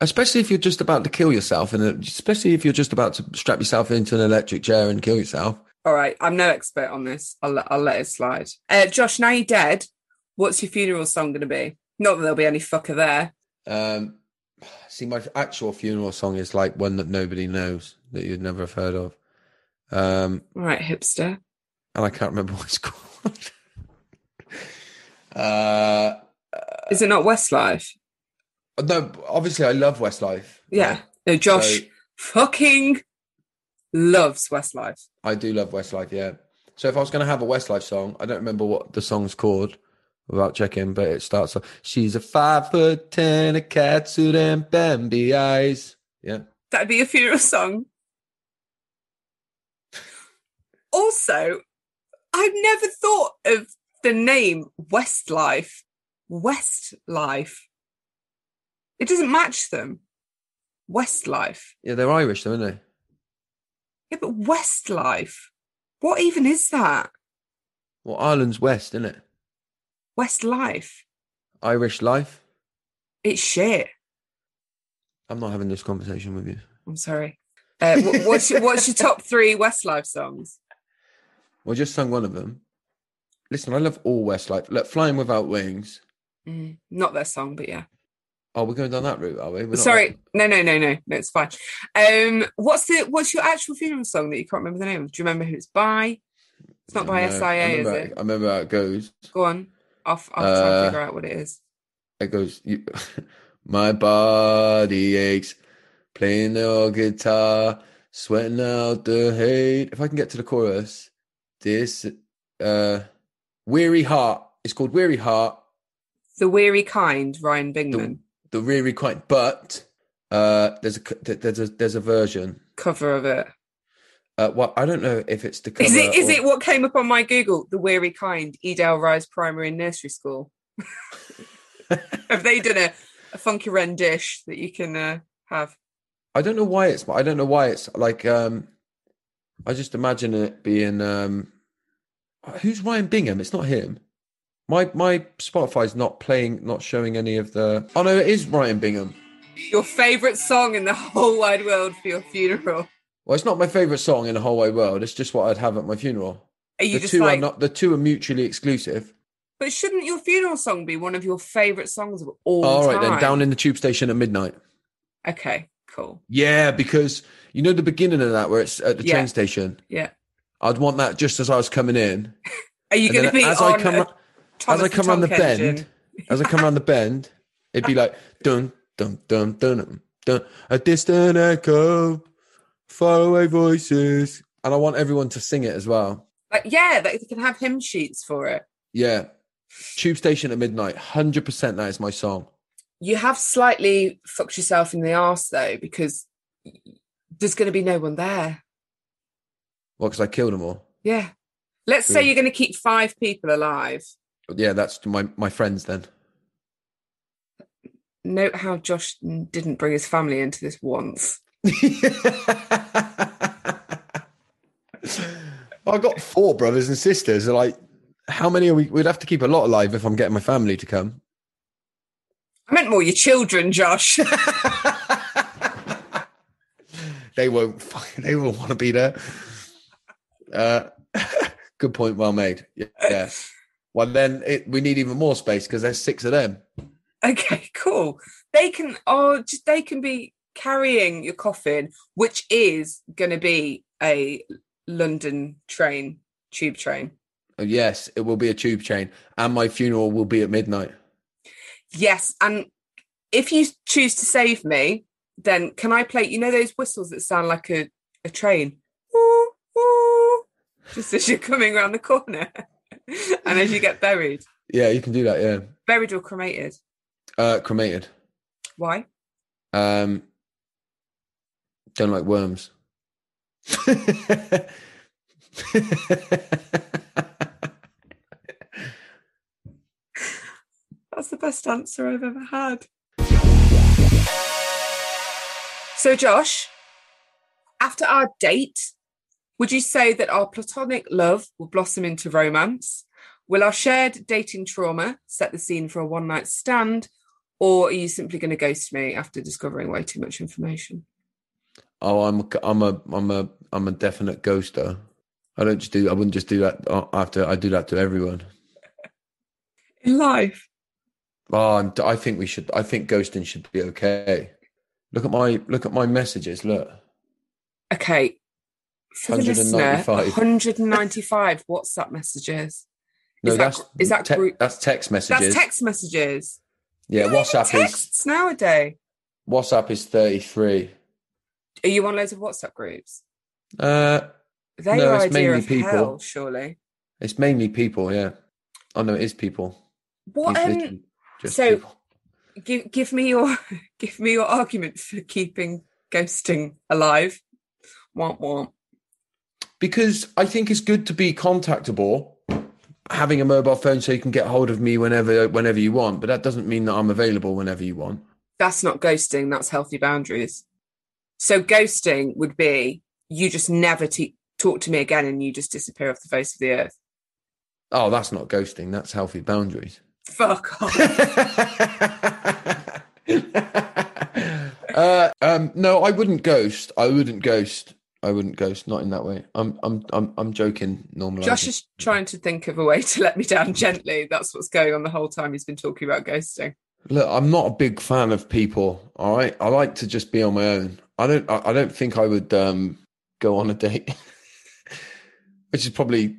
Speaker 3: especially if you're just about to kill yourself, and especially if you're just about to strap yourself into an electric chair and kill yourself.
Speaker 1: All right. I'm no expert on this. I'll let- I'll let it slide. Uh, Josh, now you're dead. What's your funeral song going to be? Not that there'll be any fucker there.
Speaker 3: Um, see, my actual funeral song is like one that nobody knows that you'd never have heard of. Um,
Speaker 1: All right, hipster.
Speaker 3: and I can't remember what it's called. uh,
Speaker 1: Is it not Westlife?
Speaker 3: no, obviously I love Westlife.
Speaker 1: Yeah.
Speaker 3: right?
Speaker 1: No, Josh
Speaker 3: So
Speaker 1: fucking loves Westlife.
Speaker 3: I do love Westlife. Yeah. So if I was going to have a Westlife song, I don't remember what the song's called without checking, but it starts off. She's a five foot ten, a catsuit and Bambi eyes. Yeah.
Speaker 1: That'd be a funeral song. Also, I've never thought of the name Westlife. Westlife. It doesn't match them. Westlife.
Speaker 3: Yeah, they're Irish, though, aren't they?
Speaker 1: Yeah, but Westlife. What even is that?
Speaker 3: Well, Ireland's West, isn't it?
Speaker 1: Westlife.
Speaker 3: Irish life.
Speaker 1: It's shit.
Speaker 3: I'm not having this conversation with you.
Speaker 1: I'm sorry. Uh, wh- what's your, what's your top three Westlife songs?
Speaker 3: Well, just sung one of them. Listen, I love all Westlife. Look, Flying Without Wings.
Speaker 1: Mm, not their song, but yeah.
Speaker 3: Oh, we're going down that route, are we? We're not-
Speaker 1: Sorry, no, no, no, no, no. It's fine. Um, what's the what's your actual funeral song that you can't remember the name of? Do you remember who it's by? It's not by
Speaker 3: No, I
Speaker 1: SIA, is
Speaker 3: remember,
Speaker 1: it?
Speaker 3: I remember how it goes.
Speaker 1: Go on. I'll, I'll try and
Speaker 3: Uh,
Speaker 1: figure out what it is.
Speaker 3: It goes, you, my body aches, playing the guitar, sweating out the hate. If I can get to the chorus, this, uh, weary heart. It's called Weary Heart.
Speaker 1: The Weary Kind, Ryan Bingman,
Speaker 3: The weary quite, but uh, there's a c- there's a there's a version.
Speaker 1: cover of it.
Speaker 3: Uh, well, I don't know if it's the cover.
Speaker 1: Is it is
Speaker 3: or-
Speaker 1: it what came up on my Google? The Weary Kind, Edale Rise Primary and Nursery School. Have they done a, a funky rendish that you can uh, have?
Speaker 3: I don't know why it's. I don't know why it's like. Um, I just imagine it being. Um, who's Ryan Bingham? It's not him. My my Spotify's not playing, not showing any of the. Oh no, it is Ryan Bingham.
Speaker 1: Your favourite song in the whole wide world for your funeral?
Speaker 3: Well, it's not my favorite song in the whole wide world. It's just what I'd have at my funeral.
Speaker 1: Are you
Speaker 3: the
Speaker 1: just
Speaker 3: two
Speaker 1: like?
Speaker 3: are not. The two are mutually exclusive.
Speaker 1: but shouldn't your funeral song be one of your favourite songs of all
Speaker 3: All right
Speaker 1: time?
Speaker 3: then, down in the tube station at midnight.
Speaker 1: Okay, cool.
Speaker 3: Yeah, because you know the beginning of that where it's at the
Speaker 1: Yeah.
Speaker 3: train station.
Speaker 1: Yeah.
Speaker 3: I'd want that just as I was coming in.
Speaker 1: Are you
Speaker 3: And
Speaker 1: going to
Speaker 3: then
Speaker 1: be
Speaker 3: as
Speaker 1: on
Speaker 3: I come
Speaker 1: a
Speaker 3: ra- as I
Speaker 1: Thomas
Speaker 3: come round the
Speaker 1: Tonk engine?
Speaker 3: bend, as I come round the bend, it'd be like dun dun dun dun dun, dun a distant echo, faraway voices, and I want everyone to sing it as well.
Speaker 1: Like, yeah, they can have hymn sheets for it.
Speaker 3: Yeah, tube station at midnight, hundred percent. That is my song.
Speaker 1: You have slightly fucked yourself in the arse though, because there's going to be no one there.
Speaker 3: Well, because I killed them all.
Speaker 1: Yeah. Let's say
Speaker 3: Yeah.
Speaker 1: you're going to keep five people alive.
Speaker 3: But yeah, that's my my friends then.
Speaker 1: Note how Josh n- didn't bring his family into this once.
Speaker 3: I got four brothers and sisters. Like, how many are we? We'd have to keep a lot alive if I'm getting my family to come.
Speaker 1: I meant more your children, Josh.
Speaker 3: they won't. fucking- They will want to be there. Uh, good point. Well made. Yeah. Well, then it, we need even more space because there's six of them.
Speaker 1: okay, cool. They can, oh, just, they can be carrying your coffin, which is going to be a London train, tube train.
Speaker 3: Oh, Yes, it will be a tube chain, and my funeral will be at midnight.
Speaker 1: Yes, and if you choose to save me, then can I play? You know those whistles that sound like a, a train, Woo, woo, just as you're coming around the corner, and as you get buried,
Speaker 3: Yeah, you can do that. Yeah,
Speaker 1: buried or cremated.
Speaker 3: uh, cremated.
Speaker 1: Why?
Speaker 3: Um, don't like worms.
Speaker 1: That's the best answer I've ever had. So, Josh, after our date, would you say that our platonic love will blossom into romance? Will our shared dating trauma set the scene for a one night stand? Or are you simply going to ghost me after discovering way too much information?
Speaker 3: Oh, I'm I'm a I'm a I'm a definite ghoster. I don't just do. I wouldn't just do that uh, after. I do that to everyone.
Speaker 1: In life.
Speaker 3: Oh, I'm, I think we should. I think ghosting should be okay. Look at my look at my messages. Look,
Speaker 1: Okay. For the listener,
Speaker 3: 195.
Speaker 1: 195 WhatsApp messages.
Speaker 3: no,
Speaker 1: Is that-
Speaker 3: that's
Speaker 1: is that
Speaker 3: te-
Speaker 1: group-
Speaker 3: that's text messages.
Speaker 1: That's text messages.
Speaker 3: yeah,
Speaker 1: Not even
Speaker 3: WhatsApp is
Speaker 1: texts nowadays.
Speaker 3: WhatsApp is thirty three.
Speaker 1: Are you on loads of WhatsApp groups?
Speaker 3: Uh,
Speaker 1: They're
Speaker 3: No,
Speaker 1: your
Speaker 3: it's
Speaker 1: idea
Speaker 3: mainly
Speaker 1: of
Speaker 3: people.
Speaker 1: hell, surely.
Speaker 3: it's mainly people. Yeah. Oh no, it is people.
Speaker 1: What?
Speaker 3: It's
Speaker 1: Um,
Speaker 3: literally just
Speaker 1: so-
Speaker 3: people.
Speaker 1: give give me your give me your argument for keeping ghosting alive. Want want?
Speaker 3: because I think it's good to be contactable, having a mobile phone so you can get hold of me whenever whenever you want. But that doesn't mean that I'm available whenever you want.
Speaker 1: That's not ghosting. That's healthy boundaries. So ghosting would be you just never te- talk to me again, and you just disappear off the face of the earth.
Speaker 3: Oh, that's not ghosting. That's healthy boundaries.
Speaker 1: Fuck off.
Speaker 3: uh, um, no, I wouldn't ghost. I wouldn't ghost. I wouldn't ghost. Not in that way. I'm, I'm, I'm, I'm joking. Normally,
Speaker 1: Josh is trying to think of a way to let me down gently. That's what's going on the whole time he's been talking about ghosting.
Speaker 3: Look, I'm not a big fan of people. All right, I like to just be on my own. I don't. I, I don't think I would um, go on a date, which is probably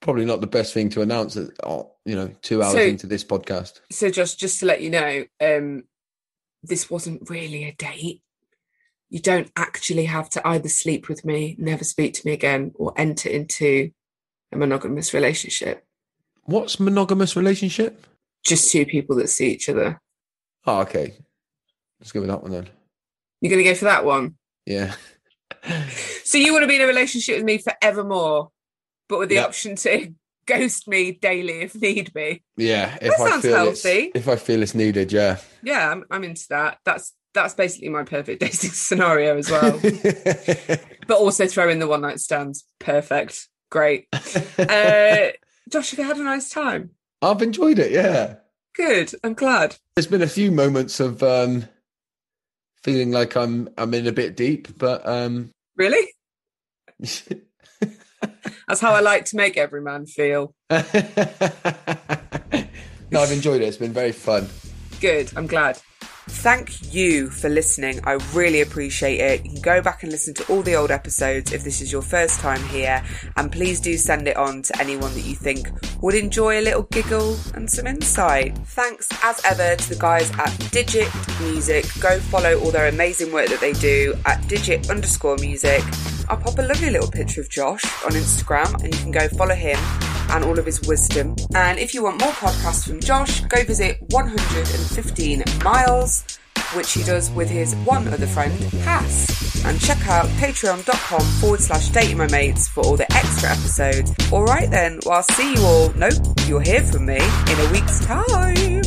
Speaker 3: probably not the best thing to announce. At, oh, you know, two hours
Speaker 1: So-
Speaker 3: into this podcast.
Speaker 1: So, Josh, just to let you know, um, this wasn't really a date. You don't actually have to either sleep with me, never speak to me again, or enter into a monogamous relationship.
Speaker 3: What's monogamous relationship?
Speaker 1: Just two people that see each other.
Speaker 3: Oh, okay. Let's go with that one then.
Speaker 1: You're going to go for that one.
Speaker 3: Yeah.
Speaker 1: So, you want to be in a relationship with me forevermore, but with the
Speaker 3: Yep.
Speaker 1: option to ghost me daily if need be.
Speaker 3: Yeah, if
Speaker 1: That
Speaker 3: I
Speaker 1: sounds
Speaker 3: feel
Speaker 1: healthy.
Speaker 3: It's, if I feel it's needed, yeah.
Speaker 1: Yeah, I'm, I'm into that. That's that's basically my perfect dating scenario as well. but also throw in the one night stands. Perfect. Great. Uh, Josh, have you had a nice time?
Speaker 3: I've enjoyed it. Yeah,
Speaker 1: Good. I'm glad.
Speaker 3: there's been a few moments of um, feeling like I'm I'm in a bit deep, but um,
Speaker 1: Really? That's how I like to make every man feel.
Speaker 3: no, I've enjoyed it. It's been very fun.
Speaker 1: Good. I'm glad. Thank you for listening. I really appreciate it. You can go back and listen to all the old episodes if this is your first time here. And please do send it on to anyone that you think would enjoy a little giggle and some insight. Thanks as ever to the guys at Digit Music. Go follow all their amazing work that they do at digit underscore music. I'll pop a lovely little picture of Josh on Instagram and you can go follow him and all of his wisdom. And if you want more podcasts from Josh, go visit 115 Miles, which he does with his one other friend, Cass. And check out patreon.com forward slash dating my mates for all the extra episodes. All right then, well, I'll see you all. Nope, you'll hear from me in a week's time.